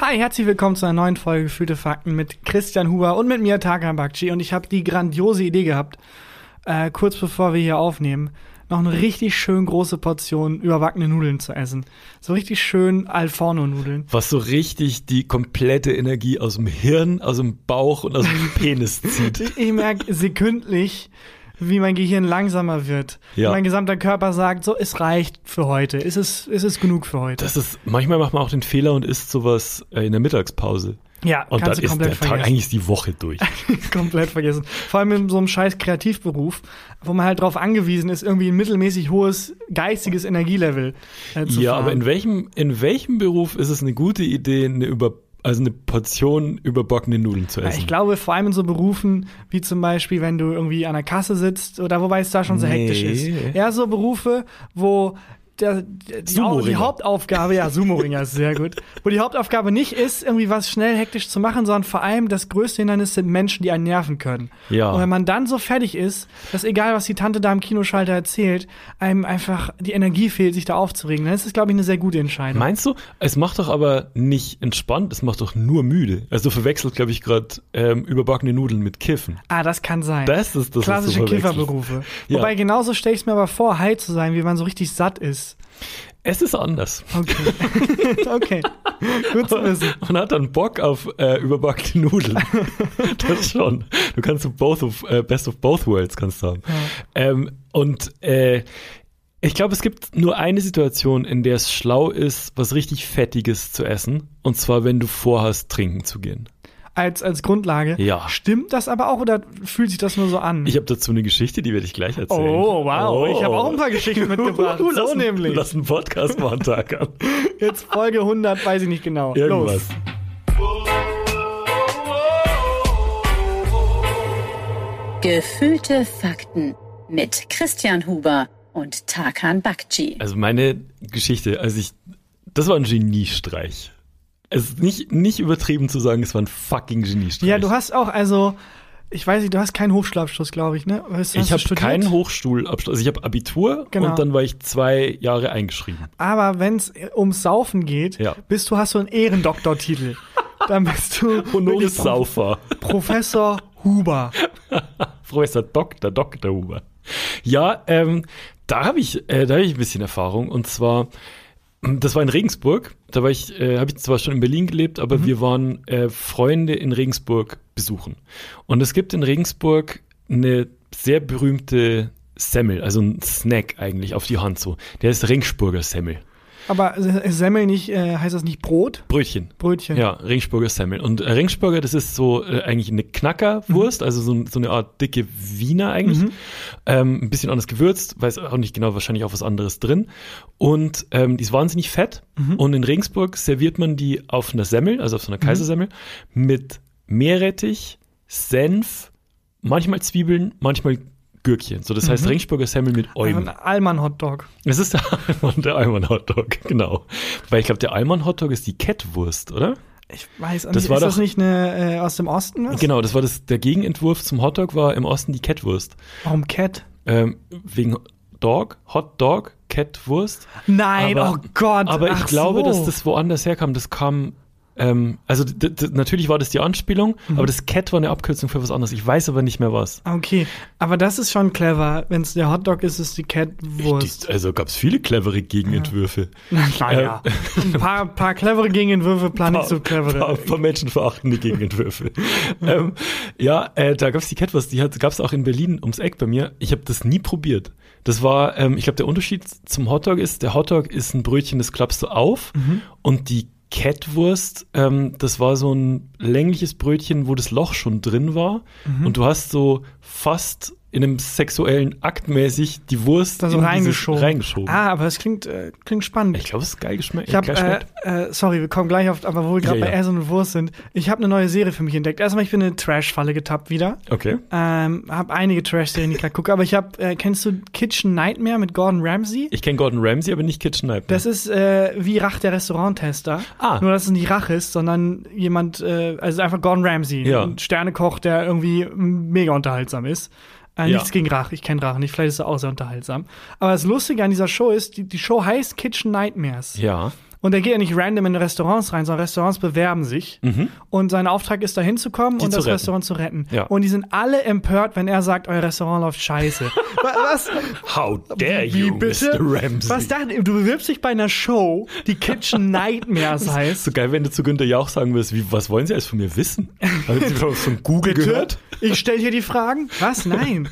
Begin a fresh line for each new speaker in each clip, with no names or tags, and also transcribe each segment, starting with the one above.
Hi, herzlich willkommen zu einer neuen Folge Gefühlte Fakten mit Christian Huber und mit mir Tarkan Bakci. Und ich habe die grandiose Idee gehabt, äh, kurz bevor wir hier aufnehmen, noch eine richtig schön große Portion überbackene Nudeln zu essen. So richtig schön Alforno-Nudeln.
was so richtig die komplette Energie aus dem Hirn, aus dem Bauch und aus dem Penis zieht.
Ich merke sekündlich, wie mein Gehirn langsamer wird.
Ja.
Und mein gesamter Körper sagt, so, es reicht für heute. Es ist, es ist genug für heute.
Das ist, manchmal macht man auch den Fehler und isst sowas äh, in der Mittagspause.
ja,
Und
kannst
dann
du
ist
komplett
der Tag,
vergessen.
eigentlich ist die Woche durch.
komplett vergessen. Vor allem in so einem scheiß Kreativberuf, wo man halt drauf angewiesen ist, irgendwie ein mittelmäßig hohes geistiges Energielevel äh, zu
ja,
fahren.
aber in welchem, in welchem Beruf ist es eine gute Idee, eine über, also eine Portion überbackene Nudeln zu
Ja,
essen?
ich glaube, vor allem in so Berufen, wie zum Beispiel, wenn du irgendwie an der Kasse sitzt oder wobei es da schon so hektisch
Nee.
ist. Ja, so Berufe, wo der, die, die Au- die
Sumo-Ringer.
Hauptaufgabe, ja, Sumo-Ringer ist sehr gut, wo die Hauptaufgabe nicht ist, irgendwie was schnell hektisch zu machen, sondern vor allem das größte Hindernis sind Menschen, die einen nerven können.
Ja.
Und wenn man dann so fertig ist, dass egal, was die Tante da am Kinoschalter erzählt, einem einfach die Energie fehlt, sich da aufzuregen, dann ist es, glaube ich, eine sehr gute Entscheidung.
Meinst du? Es macht doch aber nicht entspannt, es macht doch nur müde. Also du verwechselst, glaube ich, gerade ähm, überbackene Nudeln mit Kiffen.
Ah, das kann sein.
Das ist das, was du
Klassische
verwechselst.
Kifferberufe.
Ja.
Wobei genauso stelle ich es mir aber vor, high zu sein, wie man so richtig satt ist.
Es ist anders.
Okay. okay. Gut zu wissen.
Man hat dann Bock auf äh, überbackene Nudeln. das schon. Du kannst so both of, äh, Best of Both Worlds kannst du haben. Ähm, und äh, ich glaube, es gibt nur eine Situation, in der es schlau ist, was richtig Fettiges zu essen. Und zwar, wenn du vorhast, trinken zu gehen.
Als, als Grundlage.
Ja.
Stimmt das aber auch oder fühlt sich das nur so an?
Ich habe dazu eine Geschichte, die werde ich gleich erzählen.
oh, wow. Ich habe auch ein paar Geschichten mitgebracht.
Uh, lass,
so
einen-
nämlich.
Lass einen Podcast mal einen Tag an.
Jetzt Folge 100, weiß ich nicht genau.
Irgendwas.
Los.
Gefühlte Fakten mit Christian Huber und Tarkan Bakci.
Also meine Geschichte, also ich, das war ein Geniestreich. Es ist nicht, nicht übertrieben zu sagen, es war ein fucking Geniestreich.
Ja, du hast auch, also, ich weiß nicht, du hast keinen Hochschulabschluss, glaube ich, ne? Hast, hast
ich
du
habe
studiert?
keinen Hochschulabschluss. Also ich habe Abitur
Genau.
und dann war ich zwei Jahre eingeschrieben.
Aber wenn es ums Saufen geht,
Ja.
bist du, hast du einen Ehrendoktortitel. Dann bist du
Honoris
wirklich Pro-
Saufer.
Professor Huber.
Professor Dr. Dr. Huber. Ja, ähm, da habe ich, äh, da hab ich ein bisschen Erfahrung. Und zwar, das war in Regensburg. Da war ich, äh, habe ich zwar schon in Berlin gelebt, aber wir waren äh, Freunde in Regensburg besuchen. Und es gibt in Regensburg eine sehr berühmte Semmel, also ein Snack eigentlich auf die Hand so. Der ist Regensburger Semmel.
Aber S- Semmel nicht, äh, heißt das nicht Brot?
Brötchen.
Brötchen.
Ja, Ringsburger Semmel. Und äh, Ringsburger, das ist so äh, eigentlich eine Knackerwurst, also so, ein- so eine Art dicke Wiener eigentlich. Ähm, ein bisschen anders gewürzt, weiß auch nicht genau, wahrscheinlich auch was anderes drin. Und ähm, die ist wahnsinnig fett. Und in Regensburg serviert man die auf einer Semmel, also auf so einer Kaisersemmel, mit Meerrettich, Senf, manchmal Zwiebeln, manchmal Gürkchen. So, das heißt Ringsburger Semmel mit
Also
Eumen.
Ein Allmann-Hotdog.
Es ist der Alman, der Alman Hotdog, genau. Weil ich glaube, der Alman Hotdog ist die Kettwurst, oder?
Ich weiß auch
Das
nicht,
war
ist das
doch-
nicht eine, äh, aus dem Osten? Was?
Genau, das war das, der Gegenentwurf zum Hotdog war im Osten die Catwurst.
Warum Cat?
Ähm, wegen Dog, Hotdog, Catwurst.
Nein,
Aber-
oh Gott.
Aber ich
ach
glaube,
so.
dass das woanders herkam. Das kam, ähm, also d- d- natürlich war das die Anspielung,
Mhm.
aber das Cat war eine Abkürzung für was anderes. Ich weiß aber nicht mehr was.
Okay, aber das ist schon clever. Wenn es der Hotdog ist, ist die Catwurst.
also gab es viele clevere Gegenentwürfe.
Naja, ein paar, paar clevere Gegenentwürfe, plan nicht so clevere.
Paar, paar menschenverachtende Gegenentwürfe. ähm, ja, äh, da gab es die Catwurst, die gab es auch in Berlin ums Eck bei mir. Ich habe das nie probiert. Das war, ähm, ich glaube, der Unterschied zum Hotdog ist, der Hotdog ist ein Brötchen, das klappst du auf
Mhm.
und die Catwurst, ähm, das war so ein längliches Brötchen, wo das Loch schon drin war
Mhm.
und du hast so fast in einem sexuellen Akt mäßig die Wurst
Da so
in dieses-
reingeschoben.
reingeschoben.
Ah, aber das klingt, äh, klingt spannend.
Ich glaube, es ist geil geschmeckt.
Ich habe,
geil schmeckt.
äh, äh, sorry, wir kommen gleich auf, aber wo wir gerade
Ja,
bei
ja.
Essen und Wurst sind, ich habe eine neue Serie für mich entdeckt. Erstmal, ich bin in eine Trash-Falle getappt wieder.
okay.
Ähm, habe einige Trash-Serien, die ich gerade gucke, aber ich habe, äh, kennst du Kitchen Nightmare mit Gordon Ramsay?
Ich kenne Gordon Ramsay, aber nicht Kitchen Nightmare.
Das ist äh, wie Rach der Restauranttester.
Ah.
Nur, dass es nicht Rach ist, sondern jemand, äh, also einfach Gordon Ramsay.
Ja.
Ein Sternekoch, der irgendwie mega unterhaltsam ist. Äh,
Ja.
Nichts gegen Rach, ich kenne Rach nicht, vielleicht ist er auch sehr unterhaltsam. Aber das Lustige an dieser Show ist, die, die Show heißt Kitchen Nightmares.
ja.
Und er geht ja nicht random in Restaurants rein, sondern Restaurants bewerben sich. Und sein Auftrag ist, da hinzukommen
Mhm. Die
und
zu
das
retten.
Restaurant zu retten.
Ja.
Und die sind alle empört, wenn er sagt, euer Restaurant läuft scheiße. Wa- Was?
How dare you, Mr. Ramsey?
Was da? Du bewirbst dich bei einer Show, die Kitchen Nightmares heißt.
so geil, wenn du zu Günther Jauch sagen würdest, wie, was wollen Sie alles von mir wissen? Haben Sie schon von Google gehört?
Ich stelle hier die Fragen. Was? Nein.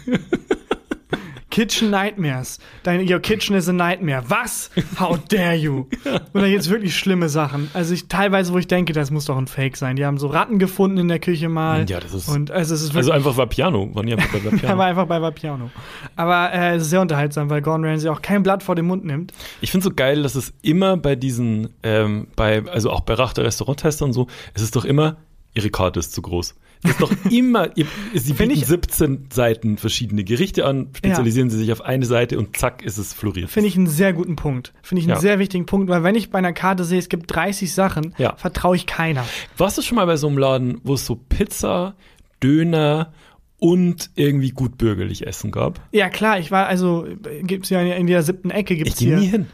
Kitchen Nightmares. Dein, your kitchen is a nightmare. Was? How dare you? Und da jetzt wirklich schlimme Sachen. Also ich teilweise, wo ich denke, das muss doch ein Fake sein. Die haben so Ratten gefunden in der Küche mal.
Ja, das ist-
Und also es ist
Also
wirklich.
einfach Vapiano, waren ja bei
er war
Vapiano.
einfach bei Vapiano. Aber äh, es ist sehr unterhaltsam, weil Gordon Ramsay auch kein Blatt vor den Mund nimmt.
Ich finde so geil, dass es immer bei diesen, ähm, bei, also auch bei Rachter Restauranttester und so, es ist doch immer, ihre Karte ist zu groß. Es ist doch immer, ihr, sie bieten
ich-
17 Seiten verschiedene Gerichte an, spezialisieren sie sich auf eine Seite und zack, ist es floriert.
Finde ich einen sehr guten Punkt. Finde ich einen
Ja.
sehr wichtigen Punkt, weil wenn ich bei einer Karte sehe, es gibt 30 Sachen,
Ja.
vertraue ich keiner.
Warst du schon mal bei so einem Laden, wo es so Pizza, Döner und irgendwie gut bürgerlich Essen gab?
Ja, klar, ich war, also äh, gibt's ja in- in der siebten Ecke gibt's
Ich gehe
hier.
nie hin.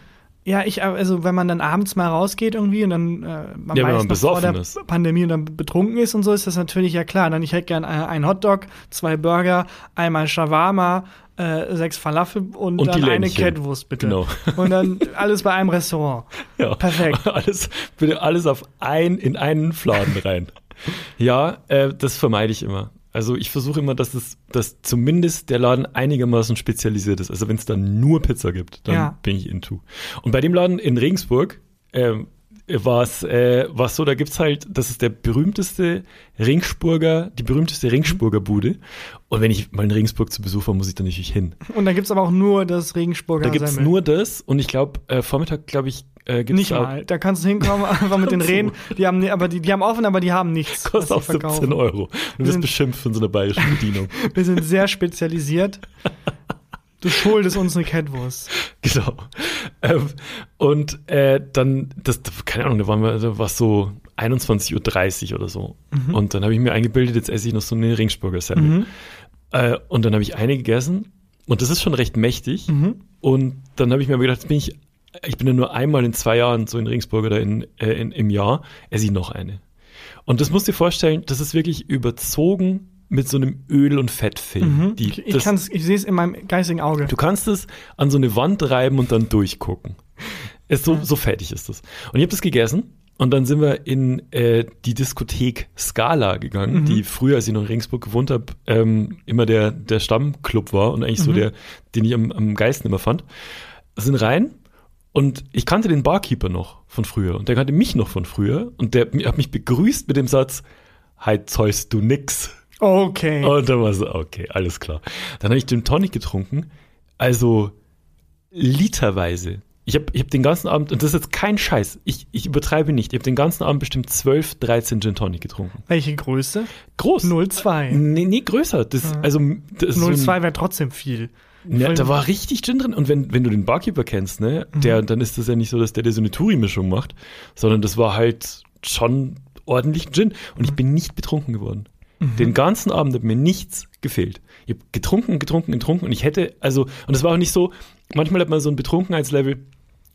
Ja, ich, äh, also wenn man dann abends mal rausgeht irgendwie und dann äh, man weiß
Ja, wenn man
noch vor
besoffen
der
ist.
Pandemie und dann betrunken ist und so, ist das natürlich ja klar. Dann ich hätte gern äh, einen Hotdog, zwei Burger, einmal Shawarma, äh, sechs Falafel und,
Und
dann
die
eine
Lämmchen.
Kettwurst bitte.
Genau.
Und dann alles bei einem Restaurant.
Ja.
Perfekt.
Alles, bitte alles auf ein, in einen Fladen rein. ja, äh, das vermeide ich immer. Also ich versuche immer, dass, es, dass zumindest der Laden einigermaßen spezialisiert ist. Also wenn es dann nur Pizza gibt, dann
Ja.
bin ich into. Und bei dem Laden in Regensburg ähm, war es äh, war's so, da gibt es halt, das ist der berühmteste Ringsburger, die
Mhm.
berühmteste Ringsburger Bude. Und wenn ich mal in Regensburg zu Besuch war, muss ich da natürlich hin.
Und da gibt's aber auch nur das Regensburger
Da gibt es
Semmel.
nur das und ich glaube, äh, Vormittag, glaube ich, äh, gibt es
nicht mal. Da kannst du hinkommen, einfach mit den Rehen. Die haben, ne- aber die, die haben offen, aber die haben nichts.
Kostet auch
was sie
17
verkaufen.
Euro. Du wirst
sind-
beschimpft von so einer bayerischen Bedienung.
Wir sind sehr spezialisiert. Du schuldest uns eine Catwurst.
genau. Ähm, und äh, dann, das, keine Ahnung, da waren wir, da war es so 21.30 Uhr oder so.
Mhm.
Und dann habe ich mir eingebildet, jetzt esse ich noch so eine Ringsburger Semmel. Äh, und dann habe ich eine gegessen und das ist schon recht mächtig.
Mhm.
Und dann habe ich mir aber gedacht, jetzt bin ich, ich bin ja nur einmal in zwei Jahren so in Ringsburger oder in, äh, in, im Jahr, esse ich noch eine. Und das musst du dir vorstellen, das ist wirklich überzogen mit so einem Öl- und Fettfilm. Die-
Mhm. Ich, ich,
das-
kann's- ich sehe es in meinem geistigen Auge.
Du kannst es an so eine Wand reiben und dann durchgucken. Es so, so fertig ist das. Und ich habe das gegessen und dann sind wir in äh, die Diskothek Scala gegangen, die früher, als ich noch in Regensburg gewohnt habe, ähm, immer der, der Stammclub war und eigentlich so der, den ich am, am geilsten immer fand. Sind rein und ich kannte den Barkeeper noch von früher und der kannte mich noch von früher und der hat mich begrüßt mit dem Satz, halt zeust du nix.
Okay.
Und dann war so, okay, alles klar. Dann habe ich den Tonic getrunken, also literweise. Ich habe ich hab den ganzen Abend, und das ist jetzt kein Scheiß, ich, ich übertreibe nicht, ich habe den ganzen Abend bestimmt 12, 13 Gin Tonic getrunken.
Welche Größe?
Groß.
0,2.
Nee, nee, größer. Das, also, das ist so ein-
0,2 wäre trotzdem viel.
ja, Ne, da war richtig Gin drin. Und wenn, wenn du den Barkeeper kennst, ne, der, dann ist das ja nicht so, dass der dir so eine Touri-Mischung macht, sondern das war halt schon ordentlich Gin. Und ich bin nicht betrunken geworden. Den ganzen Abend hat mir nichts gefehlt. Ich habe getrunken, getrunken, getrunken und ich hätte, also, und es war auch nicht so, manchmal hat man so ein Betrunkenheitslevel,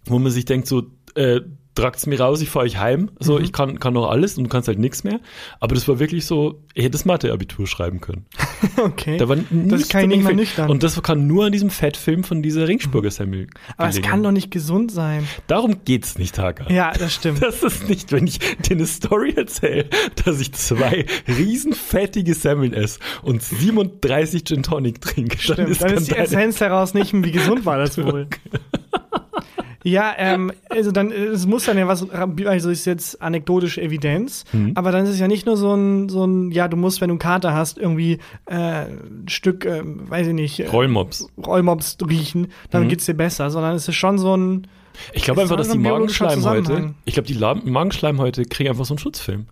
wo man sich denkt, so, äh, tragt's mir raus, ich fahr euch heim. So, ich kann, kann noch alles und du kannst halt nichts mehr. Aber das war wirklich so, ich hätte das Mathe-Abitur schreiben können.
Okay.
Da war nichts
kann ich nicht
dagegen
mal
gefehlt.
nüchtern. Mhm.
Und das kann nur an diesem Fettfilm von dieser Ringsburger Semmel.
Aber es
gelegen.
kann doch nicht gesund sein.
Darum geht's nicht, Hager.
Ja, das stimmt.
Das ist nicht, wenn ich dir eine Story erzähle, dass ich zwei riesenfettige Semmeln esse und 37 Gin Tonic trinke.
Stimmt. Dann ist die
deine-
Essenz daraus nicht, wie gesund war das wohl. Ja, ähm, also dann, äh, es muss dann ja was, also ist jetzt anekdotische Evidenz, aber dann ist es ja nicht nur so ein, so ein, ja, du musst, wenn du einen Kater hast, irgendwie äh, ein Stück, ähm, weiß ich nicht, äh,
Rollmops.
Rollmops riechen, dann geht's dir besser, sondern es ist schon so ein,
Ich glaube
Ist
einfach, dass
doch
die
ein biologischer
Magenschleimhäute,
Zusammenhang.
ich glaube, die La- Magenschleimhäute kriegen einfach so einen Schutzfilm.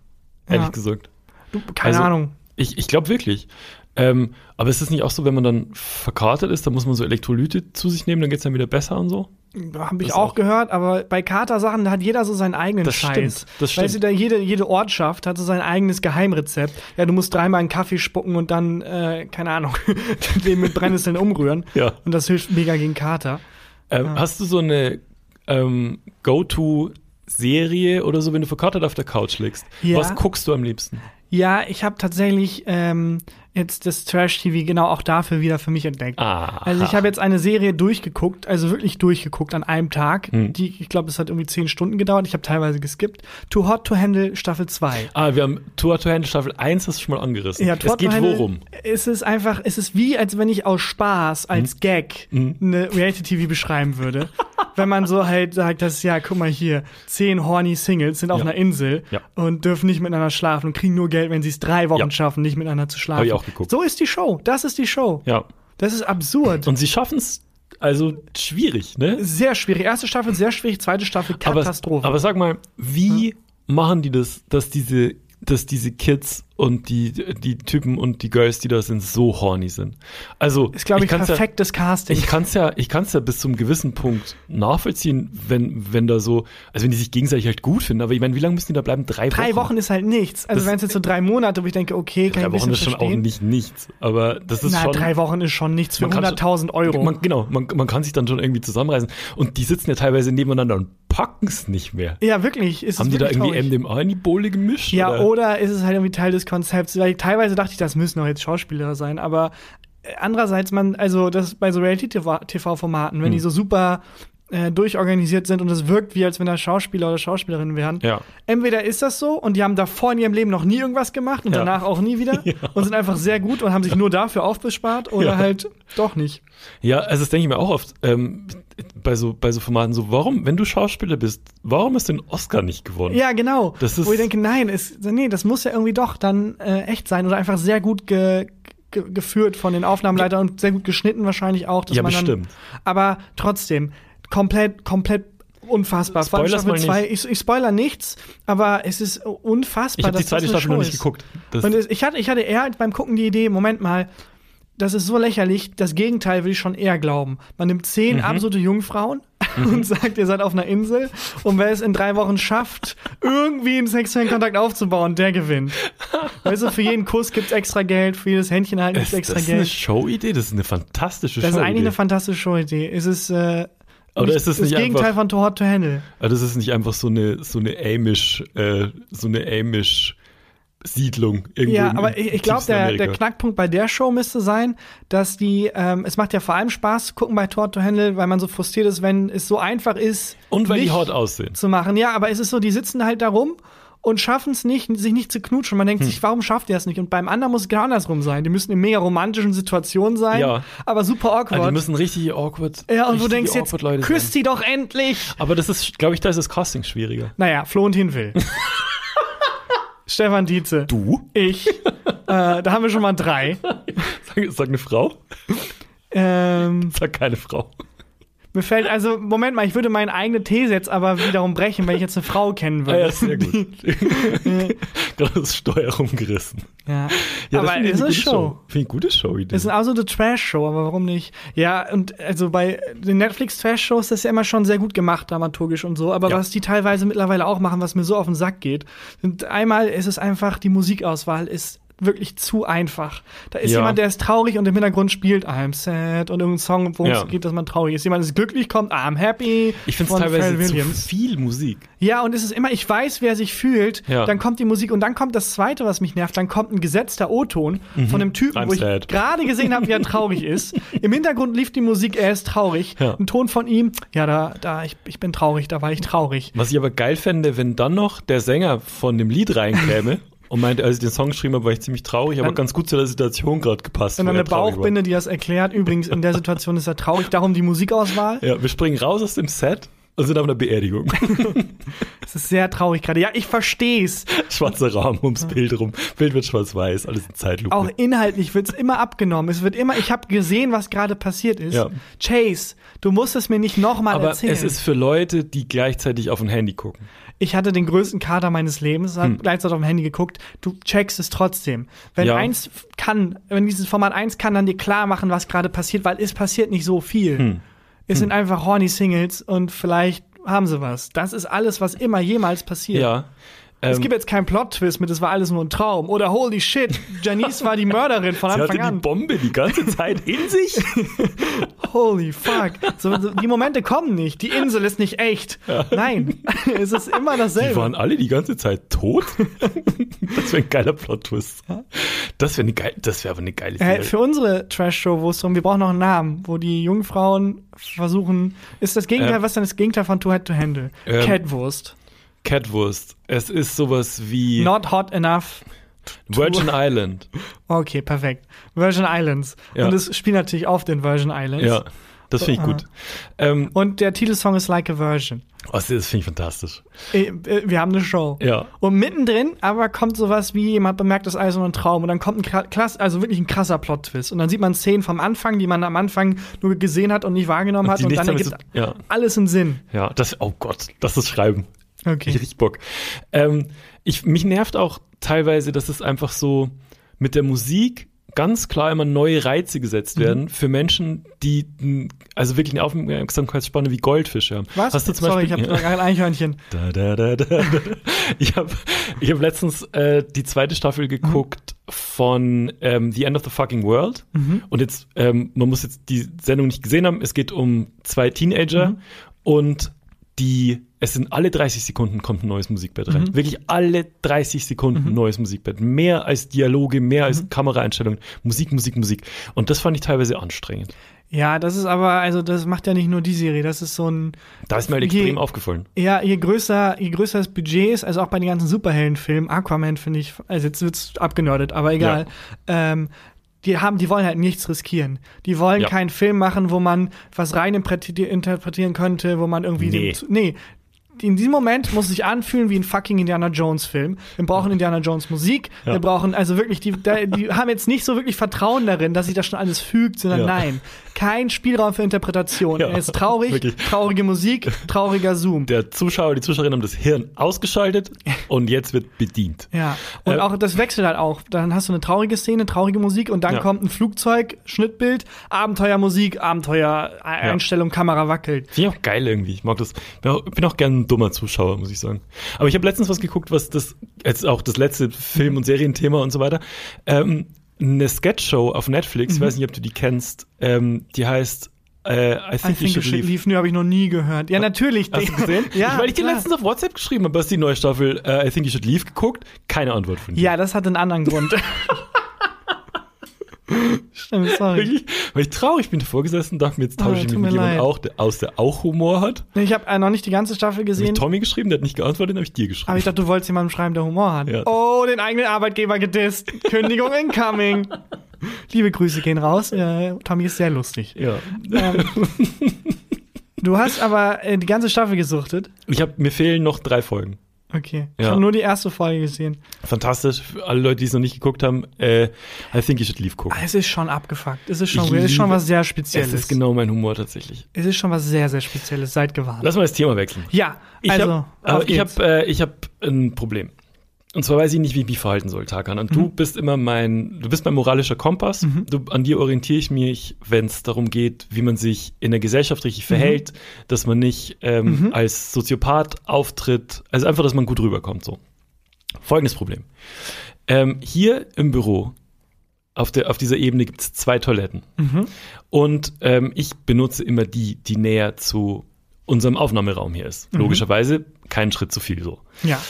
Ehrlich
Ja.
gesagt.
du, keine
Also,
Ahnung.
Ich, ich glaube wirklich. Ähm, aber ist es nicht auch so, wenn man dann verkartet ist, dann muss man so Elektrolyte zu sich nehmen, dann geht's dann wieder besser und so?
Habe ich
Das
auch,
auch.
gehört, aber bei Kater-Sachen, da hat jeder so seinen eigenen
Das
Scheiß.
stimmt, das
Weißt du,
stimmt.
da jede, jede Ortschaft hat so sein eigenes Geheimrezept. Ja, du musst dreimal einen Kaffee spucken und dann, äh, keine Ahnung, den mit Brennnesseln umrühren.
Ja.
Und das hilft mega gegen Kater.
Ähm, Hast du so eine ähm, Go-To Serie oder so, wenn du verkatert auf der Couch liegst?
Ja.
Was guckst du am liebsten?
Ja, ich habe tatsächlich ähm, jetzt das Trash-TV genau auch dafür wieder für mich entdeckt.
Ah, Aha.
Also ich habe jetzt eine Serie durchgeguckt, also wirklich durchgeguckt an einem Tag.
Hm.
Die, ich glaube, es hat irgendwie zehn Stunden gedauert. Ich habe teilweise geskippt. Too Hot to Handle Staffel 2.
Ah, wir haben Tour to Handle Staffel 1 hast du schon mal angerissen.
Ja, Too
es
Hot to
geht
Handle
worum?
Ist es einfach, ist es ist wie, als wenn ich aus Spaß,
Hm.
als Gag, eine Reality-TV beschreiben würde. wenn man so halt sagt, dass, ja, guck mal hier, zehn horny Singles sind auf
Ja.
einer Insel
Ja.
und dürfen nicht miteinander schlafen und kriegen nur Geld, wenn sie es drei Wochen
Ja.
schaffen, nicht miteinander zu schlafen.
Hab ich auch geguckt.
So ist die Show. Das ist die Show.
Ja.
Das ist absurd.
Und sie schaffen es, also schwierig, ne?
Sehr schwierig. Erste Staffel sehr schwierig, zweite Staffel
Aber,
Katastrophe.
aber sag mal, wie machen die das, dass diese, dass diese Kids und die, die Typen und die Girls, die da sind, so horny sind? Also,
ist, glaube ich,
kann's ja-
perfektes Casting.
Ich kann es ja, ich kann's ja bis zum gewissen Punkt nachvollziehen, wenn, wenn da so, also wenn die sich gegenseitig halt gut finden. Aber ich meine, wie lange müssen die da bleiben? Drei Wochen.
drei Wochen ist halt nichts. Also
Das-
wenn es jetzt so drei Monate, wo ich denke, okay, kann ich
Drei
ein bisschen
Wochen ist schon auch
verstehen.
nicht nichts. Aber das ist
Na,
schon.
drei Wochen ist schon nichts für
man kann
100.000
schon-
Euro.
Man, genau, man, man kann sich dann schon irgendwie zusammenreißen. Und die sitzen ja teilweise nebeneinander und packen es nicht mehr.
ja, wirklich. Ist es
Haben die da
wirklich
irgendwie
traurig.
MDMA in die Bohle gemischt?
Ja,
oder?
oder ist es halt irgendwie Teil des Konzepts? Weil teilweise dachte ich, das müssen doch jetzt Schauspieler sein, aber äh, andererseits, man, also das bei so Reality-TV-Formaten, wenn die
Hm.
so super äh, durchorganisiert sind und es wirkt wie, als wenn da Schauspieler oder Schauspielerinnen wären.
Ja.
Entweder ist das so und die haben davor in ihrem Leben noch nie irgendwas gemacht und
Ja.
danach auch nie wieder und sind einfach sehr gut und haben sich nur dafür aufbespart oder
Ja.
halt doch nicht.
Ja, also das denke ich mir auch oft ähm, bei, so, bei so Formaten so, warum, wenn du Schauspieler bist, warum hast du den Oscar nicht gewonnen?
Ja, genau.
Das ist-
Wo ich denke, nein, ist, nee, das muss ja irgendwie doch dann äh, echt sein oder einfach sehr gut ge, ge, geführt von den Aufnahmeleitern und sehr gut geschnitten wahrscheinlich auch. Dass
Ja,
man
bestimmt.
Dann, aber trotzdem, komplett, komplett unfassbar. Vor allem
Spoilers
Staffel
mal
zwei- Ich, ich spoiler nichts, aber es ist unfassbar.
ich habe
dass
die zweite
das eine
Staffel noch
Show
nicht
ist.
geguckt. Das-
Und es, ich, hatte, ich hatte eher halt beim Gucken die Idee, Moment mal, das ist so lächerlich, das Gegenteil will ich schon eher glauben. Man nimmt zehn
Mhm.
absolute Jungfrauen und sagt, ihr seid auf einer Insel und wer es in drei Wochen schafft, irgendwie einen sexuellen Kontakt aufzubauen, der gewinnt. Weißt du, für jeden Kuss gibt's extra Geld, für jedes Händchen halten gibt's
Ist
extra
das eine
Geld.
Showidee? Das ist eine fantastische
Das ist
Showidee.
eigentlich eine fantastische Showidee. Es ist, äh,
Oder ist es
das
nicht
Gegenteil
einfach-
von Too Hot to Handle.
Aber das Also ist nicht einfach so eine so eine Amish äh, so eine Amish Siedlung irgendwo
Ja,
im-
aber ich,
im
ich glaube,
tiefsten
der,
Amerika.
der Knackpunkt bei der Show müsste sein, dass die, ähm, es macht ja vor allem Spaß zu gucken bei Tort to Handle, weil man so frustriert ist, wenn es so einfach ist,
und weil die
nicht
hot aussehen.
zu machen. Ja, aber es ist so, die sitzen halt da rum und schaffen es nicht, sich nicht zu knutschen. Man
Hm.
denkt sich, warum schafft ihr das nicht? Und beim anderen muss es genau andersrum sein. Die müssen in mega romantischen Situationen sein,
Ja.
aber super
Ah, die
awkward.
müssen richtig awkward.
ja, und du
richtig
denkst jetzt,
awkward Leute sein.
küsst sie doch endlich!
Aber das ist, glaube ich, da ist das Casting schwieriger.
Naja, Flo und hin will. Stefan Dietze.
Du?
Ich. äh, da haben wir schon mal drei.
Sag, sag eine Frau?
Ähm,
Sag keine Frau.
Mir fällt, also, Moment mal, ich würde meine eigene These jetzt aber wiederum brechen, wenn ich jetzt eine Frau kennen
Ah,
würde.
ja, sehr gut. Gerade das Steuer rumgerissen.
Ja.
Ja, das
aber
finde ich
es ist eine
gute
Show.
Finde ich eine gute Show-Idee.
Es ist also eine absolute Trash-Show, aber warum nicht? Ja, und also bei den Netflix-Trash-Shows das ist ja immer schon sehr gut gemacht, dramaturgisch und so, aber
Ja.
was die teilweise mittlerweile auch machen, was mir so auf den Sack geht, sind einmal ist es einfach, die Musikauswahl ist wirklich zu einfach. Da ist
Ja.
jemand, der ist traurig und im Hintergrund spielt I'm sad und irgendein Song, worum
Ja.
es geht, dass man traurig ist. Jemand ist glücklich, kommt I'm happy.
Ich finde es
von
teilweise
Pharrell
zu viel Musik.
Ja, und es ist immer, ich weiß, wer sich fühlt,
Ja.
dann kommt die Musik und dann kommt das Zweite, was mich nervt, dann kommt ein gesetzter O-Ton von einem Typen,
Mhm. I'm
wo ich
sad.
gerade gesehen habe, wie er traurig ist. Im Hintergrund lief die Musik, er ist traurig.
Ja.
Ein Ton von ihm, ja, da, da, ich, ich bin traurig, da war ich traurig.
Was ich aber geil fände, wenn dann noch der Sänger von dem Lied reinkäme und meinte, als ich den Song geschrieben habe, war ich ziemlich traurig, aber
Dann-
ganz gut zu der Situation gerade gepasst.
Und
wo
dann
er
eine
traurig war.
Bauchbinde, die das erklärt. Übrigens, in der Situation ist er traurig, darum die Musikauswahl.
Ja, wir springen raus aus dem Set und sind auf einer Beerdigung.
Es ist sehr traurig gerade. Ja, ich versteh's.
Schwarzer Rahmen ums Bild rum. Bild wird schwarz-weiß, alles in Zeitlupe.
Auch inhaltlich wird's immer abgenommen. Es wird immer, ich habe gesehen, was gerade passiert ist.
Ja.
Chase, du musst es mir nicht nochmal
aber
erzählen.
es ist für Leute, die gleichzeitig auf ein Handy gucken.
Ich hatte den größten Kader meines Lebens, hab gleichzeitig auf dem Handy geguckt. Du checkst es trotzdem. Wenn
Hm. Ja.
eins f- kann, wenn dieses Format eins kann, dann dir klar machen, was gerade passiert, weil es passiert nicht so viel.
Hm.
Es sind einfach horny Singles und vielleicht haben sie was. Das ist alles, was immer jemals passiert.
Ja.
Es
ähm,
gibt jetzt keinen Plot-Twist mit, es war alles nur ein Traum. Oder holy shit, Janice war die Mörderin von
Sie
Anfang
hatte die
an.
Bombe die ganze Zeit in sich.
Holy fuck. So, so, die Momente kommen nicht. Die Insel ist nicht echt. Nein, es ist immer
Die
dasselbe.
waren alle die ganze Zeit tot. das wäre ein geiler Plot-Twist. Das wäre geil, das wäre aber eine geile
Äh,
Serie.
für unsere Trash-Show, wo es darum, wir brauchen noch einen Namen, wo die Jungfrauen versuchen, ist das Gegenteil,
Ähm.
was dann das Gegenteil von Too Head to Handle?
Ähm.
Catwurst.
Catwurst. Es ist sowas wie
Not hot enough.
Virgin Island.
Okay, perfekt. Virgin Islands.
Ja.
Und es spielt natürlich auf den Virgin Islands.
Ja, das finde ich gut. Ähm,
Und der Titelsong ist Like a Virgin.
oh, das finde ich fantastisch.
Äh, äh, Wir haben eine Show.
Ja.
Und mittendrin aber kommt sowas wie jemand bemerkt das Eis und ein Traum und dann kommt ein kra- krass, also wirklich ein krasser Plot-Twist. Und dann sieht man Szenen vom Anfang, die man am Anfang nur gesehen hat und nicht wahrgenommen
Und
hat
die
und
nichts
dann
damit
ergibt
zu- ja.
alles einen Sinn.
Ja, das, oh Gott, das ist Schreiben. Ich
Okay.
richtig Bock. Ähm, ich, mich nervt auch teilweise, dass es einfach so mit der Musik ganz klar immer neue Reize gesetzt
Mhm.
werden für Menschen, die mh, also wirklich eine Aufmerksamkeitsspanne wie Goldfische haben.
Was?
Hast du zum
Sorry,
Beispiel,
ich habe gerade ein Eichhörnchen.
Da, da, da, da, da. Ich habe ich hab letztens äh, die zweite Staffel geguckt von ähm, The End of the Fucking World. Und jetzt, ähm, man muss jetzt die Sendung nicht gesehen haben. Es geht um zwei Teenager und die, es sind alle 30 Sekunden kommt ein neues Musikbett rein. Wirklich alle 30 Sekunden ein neues Musikbett. Mehr als Dialoge, mehr als Kameraeinstellungen. Musik, Musik, Musik. Und das fand ich teilweise anstrengend.
Ja, das ist aber, also das macht ja nicht nur die Serie, das ist so ein,
Da ist mir halt
Je-
extrem aufgefallen.
ja, je größer, je größer das Budget ist, also auch bei den ganzen Superheldenfilmen, Aquaman finde ich, also jetzt wird's abgenördet, aber egal. Ähm, die haben, die wollen halt nichts riskieren. Die wollen
Ja.
keinen Film machen, wo man was rein interpreti- interpretieren könnte, wo man irgendwie
Nee.
dem, zu- nee. In diesem Moment muss es sich anfühlen wie ein fucking Indiana Jones Film. Wir brauchen Indiana Jones Musik. Wir brauchen also wirklich die, da- die haben jetzt nicht so wirklich Vertrauen darin, dass sich das schon alles fügt, sondern
Ja.
nein, kein Spielraum für Interpretation.
Ja,
er ist traurig,
wirklich.
traurige Musik, trauriger Zoom.
Der Zuschauer, die Zuschauerin haben das Hirn ausgeschaltet und jetzt wird bedient.
Ja, und
Äh,
auch das wechselt halt auch. Dann hast du eine traurige Szene, traurige Musik und dann
Ja.
kommt ein Flugzeug, Schnittbild, Abenteuermusik, Abenteuer, E- Einstellung, Kamera wackelt.
Finde ich auch geil irgendwie. Ich mag das. Bin auch, bin auch gern ein dummer Zuschauer, muss ich sagen. Aber ich habe letztens was geguckt, was das, jetzt auch das letzte Film- und Serienthema und so weiter. Ähm, eine Sketchshow auf Netflix,
Mhm.
ich weiß nicht, ob du die kennst, ähm, die heißt äh, I
I
Think You
think
Should Leave.
Leave New habe ich noch nie gehört. Ja, natürlich.
Hast du gesehen?
ja,
ich, weil ich dir
klar.
letztens auf WhatsApp geschrieben habe, hast die neue Staffel äh, I Think You Should Leave geguckt. Keine Antwort von dir.
ja, das hat einen anderen Grund. Stimmt, sorry.
Wirklich? Weil ich traurig bin davor gesessen, dachte mir, jetzt
Oh,
tausche ich
tut
mich mit
mir
jemandem
leid.
auch, der, aus der auch Humor hat.
Ich habe äh, noch nicht die ganze Staffel
Hab ich
gesehen,
Tommy geschrieben, der hat nicht geantwortet, habe ich dir geschrieben.
aber ich dachte, du wolltest jemandem schreiben, der Humor hat.
Ja.
Oh, den eigenen Arbeitgeber gedisst. Kündigung incoming. Liebe Grüße gehen raus. Äh, Tommy ist sehr lustig.
ja.
Ähm, du hast aber äh, die ganze Staffel gesuchtet.
Ich hab, mir fehlen noch drei Folgen.
Okay. Ich
Ja.
habe nur die erste Folge gesehen.
Fantastisch. Für alle Leute, die es noch nicht geguckt haben, äh, I think you should leave gucken.
Ah, Es ist schon abgefuckt. Es ist schon
Ich
weird. Es ist schon
liebe-
was sehr
Es
Spezielles.
ist genau mein Humor tatsächlich.
es ist schon was sehr, sehr Spezielles. Seid gewarnt.
Lass mal das Thema wechseln.
ja,
Ich
also.
hab, aber
auf
ich
geht's.
hab, äh, ich hab ein Problem. Und zwar weiß ich nicht, wie ich mich verhalten soll, Tarkan. Und
Mhm.
du bist immer mein, du bist mein moralischer Kompass. Du, an dir orientiere ich mich, wenn es darum geht, wie man sich in der Gesellschaft
Mhm.
richtig verhält, dass man nicht ähm, als Soziopath auftritt. Also einfach, dass man gut rüberkommt. So. Folgendes Problem. Ähm, hier im Büro, auf, der, auf dieser Ebene, gibt es zwei Toiletten. Und ähm, ich benutze immer die, die näher zu unserem Aufnahmeraum hier ist. Logischerweise keinen Schritt zu viel so.
ja.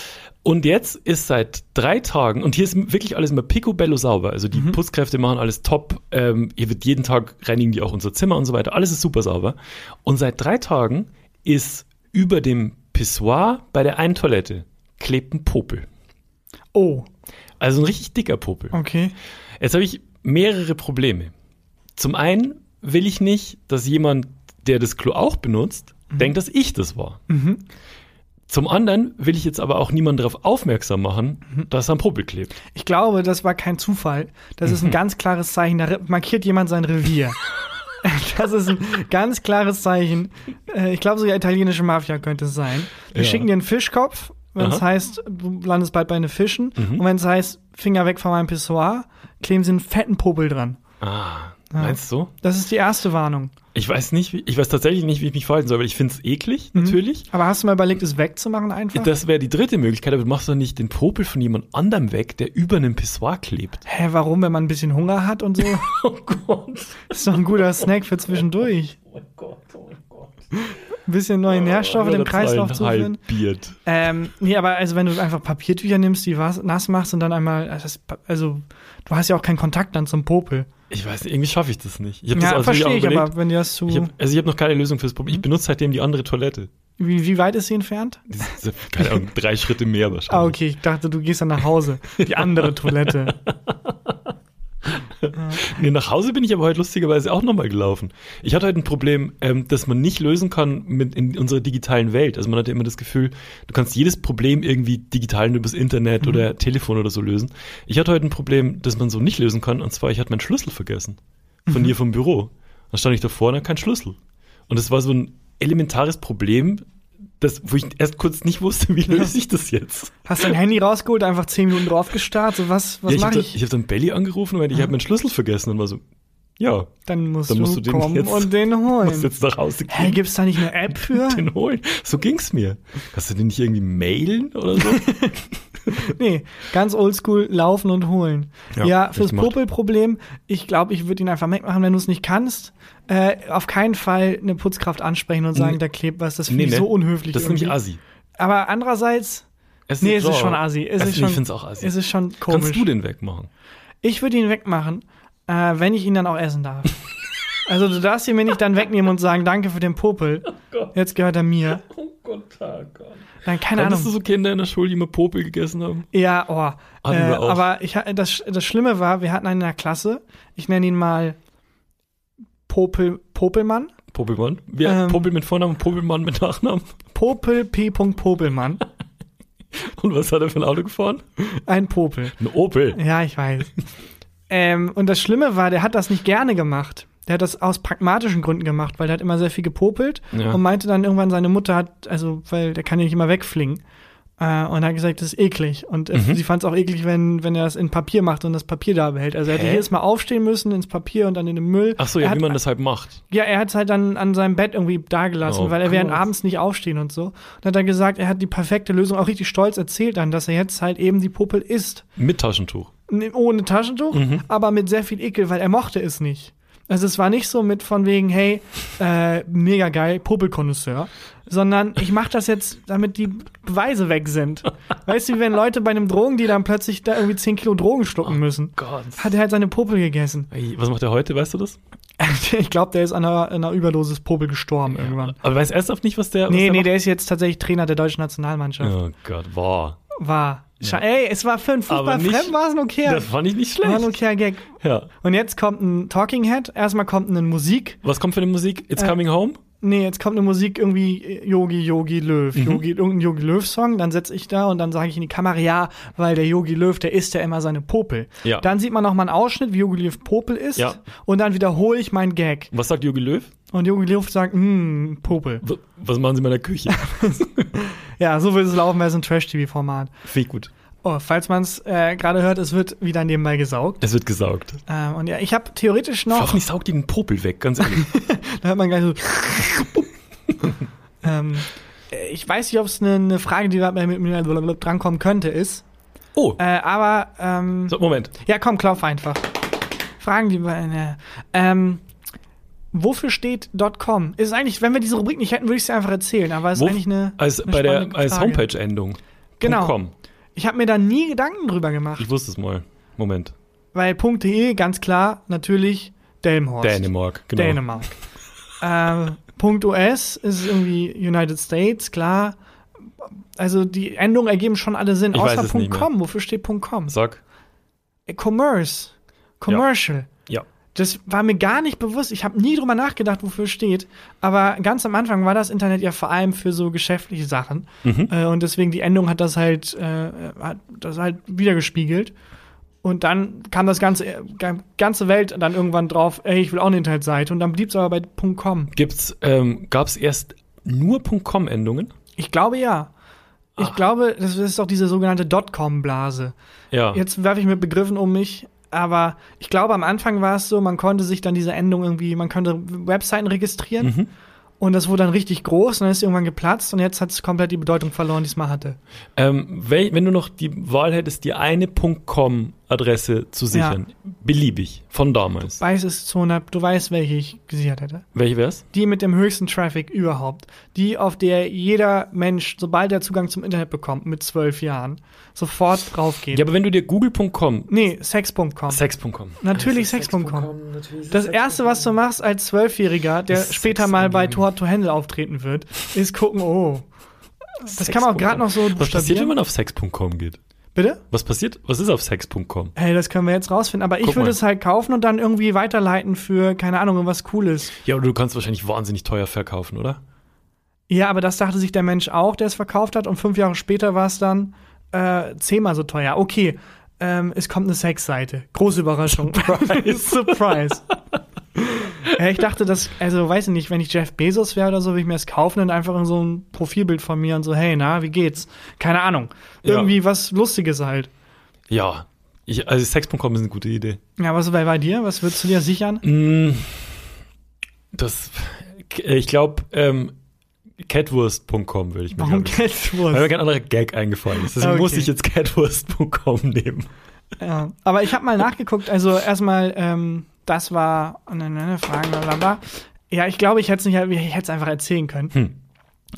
Und jetzt ist seit drei Tagen, und hier ist wirklich alles immer picobello sauber. Also die Putzkräfte machen alles top. Ähm, hier wird jeden Tag reinigen die auch unser Zimmer und so weiter. Alles ist super sauber. Und seit drei Tagen ist über dem Pissoir bei der einen Toilette klebt ein Popel.
Oh,
Also ein richtig dicker Popel.
okay.
Jetzt habe ich mehrere Probleme. Zum einen will ich nicht, dass jemand, der das Klo auch benutzt,
Mhm.
denkt, dass ich das war. Zum anderen will ich jetzt aber auch niemanden darauf aufmerksam machen,
Mhm.
dass er am Popel klebt.
Ich glaube, das war kein Zufall. Das ist ein
Mhm.
ganz klares Zeichen. Da re- markiert jemand sein Revier. Das ist ein ganz klares Zeichen. Äh, Ich glaube, sogar italienische Mafia könnte es sein. Die
Ja.
schicken dir einen Fischkopf, wenn es
Aha. Mhm.
heißt, du landest bald bei den Fischen. Und wenn es heißt, Finger weg von meinem Pissoir, kleben sie einen fetten Popel dran.
Ah,
Ja.
Meinst du so?
Das ist die erste Warnung.
Ich weiß nicht, wie, ich weiß tatsächlich nicht, wie ich mich verhalten soll, weil ich finde es eklig,
Mhm.
natürlich.
Aber hast du mal überlegt, es wegzumachen einfach?
Das wäre die dritte Möglichkeit, aber du machst doch nicht den Popel von jemand anderem weg, der über einem Pissoir klebt.
Hä, warum, wenn man ein bisschen Hunger hat und so?
Oh Gott.
ist doch ein guter Snack für zwischendurch.
Oh Gott, oh Gott.
Ein bisschen neue
Äh,
Nährstoffe dem Kreislauf zuführen.
Halbiert.
Ähm, nee, aber also wenn du einfach Papiertücher nimmst, die was, nass machst und dann einmal, also das- also du hast ja auch keinen Kontakt dann zum Popel.
Ich weiß nicht, irgendwie schaffe ich das nicht. Ich hab das
Ja,
also auch
verstehe ich,
überlegt.
aber wenn dir das zu,
Ich hab, also ich habe noch keine Lösung fürs
Mhm.
Problem. Ich benutze seitdem die andere Toilette.
wie, wie weit ist sie entfernt?
Die sind- Keine Ahnung, drei Schritte mehr wahrscheinlich.
Ah, okay, ich dachte, du gehst dann nach Hause. Die andere Toilette.
Nee, nach Hause bin ich aber heute lustigerweise auch nochmal gelaufen. Ich hatte heute ein Problem, ähm, das man nicht lösen kann mit in unserer digitalen Welt. Also man hatte immer das Gefühl, du kannst jedes Problem irgendwie digital nur übers
Mhm.
Internet oder Telefon oder so lösen. Ich hatte heute ein Problem, das man so nicht lösen kann, und zwar ich hatte meinen Schlüssel vergessen.
Mhm.
Von hier vom Büro. Dann stand ich davor und hatte keinen Schlüssel. Und das war so ein elementares Problem, das, wo ich erst kurz nicht wusste, wie löse ich das jetzt.
Hast dein Handy rausgeholt, einfach zehn Minuten drauf gestarrt, so was, was
ja, ich
mache
habe
ich?
ich hab dann Belly angerufen und meinte, ich habe meinen Schlüssel vergessen und war so, ja,
Dann musst,
Dann musst
du,
du den
kommen
jetzt-
und den
muss
holen.
jetzt nach Hause
Hä,
gehen.
gibt's da nicht eine App für?
den holen. So ging's mir. Kannst du den nicht irgendwie mailen oder so?
Nee, ganz oldschool laufen und holen. Ja,
Ja,
fürs
richtig macht.
Popelproblem, ich glaube, ich würde ihn einfach wegmachen, wenn du es nicht kannst. Äh, auf keinen Fall eine Putzkraft ansprechen und sagen, da klebt was. Das finde ich so unhöflich.
ne? Das ist nämlich
irgendwie.
assi.
Aber andererseits,
Es
nee, es
nicht
ist
sauer.
schon assi. Es
Also
ist schon,
ich find's auch assi.
Es ist schon komisch.
Kannst du den wegmachen?
Ich würde ihn wegmachen, äh, wenn ich ihn dann auch essen darf. also du darfst ihn mir nicht dann wegnehmen und sagen, danke für den Popel. Jetzt gehört er mir.
Oh Gott, oh Gott.
Dann keine
Hattest
Ahnung.
du so Kinder in der Schule, die immer Popel gegessen haben?
Ja, oh.
Hatten
Äh,
wir auch.
aber ich, ha- das, das Schlimme war, wir hatten einen in der Klasse, ich nenne ihn mal Popel, Popelmann.
Popelmann? Wir
Ähm.
Popel mit Vornamen, Popelmann mit Nachnamen.
Popel P. Popelmann.
Und was hat er für ein Auto gefahren?
Ein Popel.
Ein Opel.
Ja, ich weiß. ähm, und das Schlimme war, der hat das nicht gerne gemacht. Der hat das aus pragmatischen Gründen gemacht, weil der hat immer sehr viel gepopelt
Ja.
und meinte dann irgendwann, seine Mutter hat, also, weil der kann ja nicht immer wegfliegen. Äh, und hat gesagt, das ist eklig. Und äh,
Mhm.
sie fand es auch eklig, wenn, wenn er das in Papier macht und das Papier da behält. Also er hätte
Hä?
jedes Mal aufstehen müssen, ins Papier und dann in den Müll.
Ach so,
er
ja,
hat,
wie man das halt macht.
Ja, er hat es halt dann an seinem Bett irgendwie dagelassen,
Oh,
weil er während
Gott.
abends nicht aufstehen und so. Und hat dann gesagt, er hat die perfekte Lösung, auch richtig stolz erzählt dann, dass er jetzt halt eben die Popel isst.
Mit Taschentuch.
Nee, ne, ohne Taschentuch,
Mhm.
aber mit sehr viel Ekel, weil er mochte es nicht. Also es war nicht so mit von wegen, hey, äh, mega geil, Popelkonnoisseur, sondern ich mache das jetzt, damit die Beweise weg sind. Weißt du, wie wenn Leute bei einem Drogendealer dann plötzlich da irgendwie 10 Kilo Drogen schlucken müssen.
Oh Gott.
Hat er halt seine Popel gegessen.
Ey, Was macht er heute, weißt du das?
Ich glaube, der ist an einer, einer Überdosis Popel gestorben irgendwann.
Aber weiß ernsthaft nicht, was der.
Nee, nee,
was der.
der ist jetzt tatsächlich Trainer der deutschen Nationalmannschaft.
macht? Oh Gott, wow.
War. Scha- Ey, es war für einen
Aber nicht-
Fußballfremden war es ein okayer,
Das fand ich nicht
war ein
schlecht.
okayer Gag.
Ja.
Und jetzt kommt ein Talking Head, erstmal kommt eine Musik.
Was kommt für eine Musik?
Äh.
It's Coming Home?
Nee, jetzt kommt eine Musik irgendwie äh, Yogi, Yogi Löw,
Mhm.
Yogi, irgendein Yogi Löw-Song. Dann setze ich da und dann sage ich in die Kamera, ja, weil der Yogi Löw, der isst ja immer seine Popel.
Ja.
Dann sieht man nochmal einen Ausschnitt, wie Yogi Löw Popel isst.
Ja.
Und dann wiederhole ich meinen Gag.
Was sagt Jogi Löw?
Und Yogi Löw sagt, hm, Popel.
W- Was machen Sie in meiner Küche?
Ja, so will es laufen, wäre es ein Trash-TV-Format.
Viel gut.
Oh, falls man es äh, gerade hört, es wird wieder nebenbei gesaugt.
Es wird gesaugt.
Ähm, und ja, ich habe theoretisch noch.
Hoffentlich saugt die den Popel weg, ganz ehrlich.
Da hört man gleich so. ähm, äh, ich weiß nicht, ob es eine ne Frage, die da mit mir drankommen könnte, ist.
Oh,
Äh, aber, ähm,
so, Moment.
ja, komm, klopf einfach. Fragen, die bei. Ne. Ähm, wofür steht .com? Ist eigentlich, wenn wir diese Rubrik nicht hätten, würde ich sie einfach erzählen. Aber es ist
Wo-
eigentlich eine.
als
eine
bei der
spannende
als
Frage.
Homepage-Endung.
Genau.
.com.
Ich habe mir da nie Gedanken drüber gemacht,
Ich wusste es mal. Moment.
weil .de ganz klar natürlich Delmhorst.
Dänemark, genau.
Dänemark. äh, Punkt US ist irgendwie United States, klar. Also die Endungen ergeben schon alle Sinn,
Ich weiß
außer
es nicht
Punkt .com. Wofür steht Punkt .com?
Sag.
Äh, Commerce, Commercial.
Ja.
Das war mir gar nicht bewusst. Ich habe nie drüber nachgedacht, wofür es steht. Aber ganz am Anfang war das Internet ja vor allem für so geschäftliche Sachen. Äh, und deswegen die Endung hat das halt, äh, hat das halt wiedergespiegelt. Und dann kam das ganze, äh, ganze Welt dann irgendwann drauf, ey, ich will auch eine Internetseite. Und dann blieb es aber bei .com.
Gibt's, ähm, gab's erst nur .com-Endungen?
Ich glaube ja. Ich glaube, das ist doch diese sogenannte Dotcom-Blase.
Ja.
Jetzt werfe ich mit Begriffen um mich. aber ich glaube, am Anfang war es so, man konnte sich dann diese Endung irgendwie, man konnte Webseiten registrieren.
Mhm.
Und das wurde dann richtig groß und dann ist irgendwann geplatzt und jetzt hat es komplett die Bedeutung verloren, die es mal hatte.
Ähm, wel- wenn du noch die Wahl hättest, dir eine .com-Adresse zu sichern, beliebig, von damals,
Weiß es zu 100, du weißt, welche ich gesichert hätte.
welche wär's?
Die mit dem höchsten Traffic überhaupt. Die, auf der jeder Mensch, sobald er Zugang zum Internet bekommt, mit zwölf Jahren, sofort drauf geht.
Ja, aber wenn du dir google.com,
Nee, sex.com.
sex.com,
Natürlich sex.com. Das erste, was du machst als Zwölfjähriger, der
Ist
später
Sex
mal bei
angeben.
Tor to Handle auftreten wird, ist gucken, oh. Das kann man auch gerade noch so
was passiert, wenn
buchstabieren.
man auf sex.com geht?
Bitte?
Was passiert, was ist auf sex.com?
Hey, das können wir jetzt rausfinden. Aber ich
Guck
würde
mal.
es halt kaufen und dann irgendwie weiterleiten für, keine Ahnung, irgendwas Cooles.
Ja, aber du kannst wahrscheinlich wahnsinnig teuer verkaufen, oder?
Ja, aber das dachte sich der Mensch auch, der es verkauft hat. Und fünf Jahre später war es dann äh, zehnmal so teuer. Okay, ähm, es kommt eine Sexseite. Große Überraschung. Surprise. Surprise. ja, ich dachte, dass, also weiß ich nicht, wenn ich Jeff Bezos wäre oder so, würde ich mir das kaufen und einfach in so ein Profilbild von mir und so, hey, na, wie geht's? Keine Ahnung.
Ja.
Irgendwie was Lustiges halt.
Ja, ich, also sex.com ist eine gute Idee.
Ja, was bei, bei dir? Was würdest du dir sichern?
Mm, Das, ich glaube, ähm, catwurst.com würde ich mir
Warum
glaub ich,
Geldwurst?
Weil mir kein anderer Gag eingefallen ist. Deswegen
Okay.
muss ich jetzt catwurst.com nehmen.
Ja, aber ich habe mal nachgeguckt. Also erstmal, ähm, das war ne, ne, ne, Fragen, bla, bla, bla. Ja, ich glaube, ich hätte es nicht, ich hätte es einfach erzählen können.
Hm.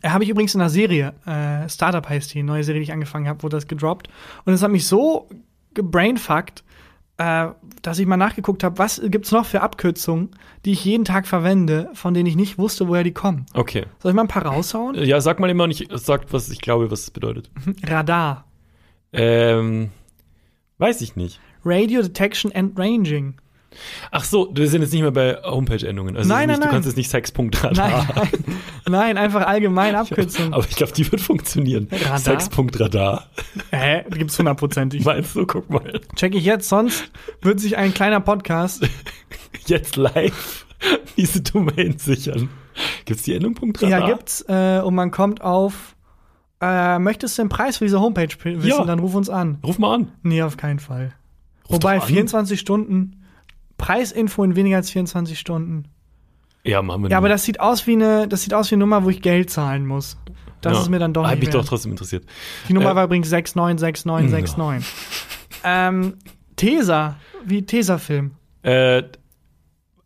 Äh, Habe ich übrigens in einer Serie, äh, Startup heißt die, neue Serie, die ich angefangen habe, wurde das gedroppt. Und es hat mich so gebrainfuckt, äh, dass ich mal nachgeguckt habe, was gibt's noch für Abkürzungen, die ich jeden Tag verwende, von denen ich nicht wusste, woher die kommen.
Okay.
Soll ich mal ein paar raushauen?
Ja, sag mal immer nicht, sagt, was ich glaube, was es bedeutet.
Radar,
Ähm, weiß ich nicht.
Radio Detection and Ranging.
Ach so, wir sind jetzt nicht mehr bei Homepage-Endungen. Also
Nein,
nicht,
nein,
du
nein.
kannst jetzt nicht Sex.radar.
Nein, nein, nein, einfach allgemein Abkürzungen.
Aber Ah. ich glaube, die wird funktionieren.
Radar?
Sex.radar.
Hä? Die gibt's hundertprozentig.
Meinst du, guck mal.
Check ich jetzt, sonst wird sich ein kleiner Podcast.
Jetzt live diese Domain sichern. Gibt's die Endung .radar?
Ja, gibt's. Äh, und man kommt auf. Äh, möchtest du den Preis für diese Homepage p- wissen?
Ja.
Dann ruf uns an.
Ruf mal an.
Nee, auf keinen Fall.
Ruf
Wobei
doch an.
24 Stunden. Preisinfo in weniger als 24 Stunden.
Ja, machen wir
Ja, aber
nicht.
das sieht aus wie eine, das sieht aus wie eine Nummer, wo ich Geld zahlen muss. Das
Ja.
ist mir dann doch
Hat
nicht
mich
wert.
doch trotzdem interessiert.
Die Nummer
Äh,
war übrigens 696969. Ähm, Tesa, wie Tesafilm.
Äh,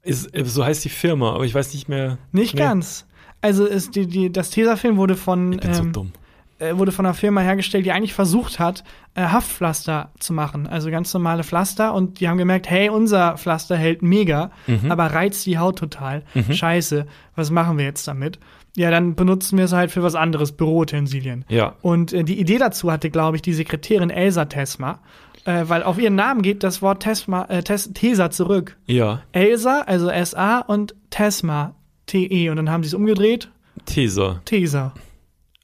ist, äh, so heißt die Firma, aber ich weiß nicht mehr.
Nicht
Nee.
ganz. Also ist die, die, das Tesafilm wurde von
Ich bin so
ähm,
dumm.
äh, wurde von einer Firma hergestellt, die eigentlich versucht hat, äh, Haftpflaster zu machen, also ganz normale Pflaster. Und die haben gemerkt, hey, unser Pflaster hält mega,
Mhm.
aber reizt die Haut total. Scheiße, was machen wir jetzt damit? Ja, dann benutzen wir es halt für was anderes, Büroutensilien.
Ja.
Und äh, die Idee dazu hatte, glaube ich, die Sekretärin Elsa Tesma, äh, weil auf ihren Namen geht das Wort Tesma, äh, Tes Tesa zurück.
Ja,
Elsa, also S-A und Tesma, T-E. Und dann haben sie es umgedreht,
Tesa.
Tesa.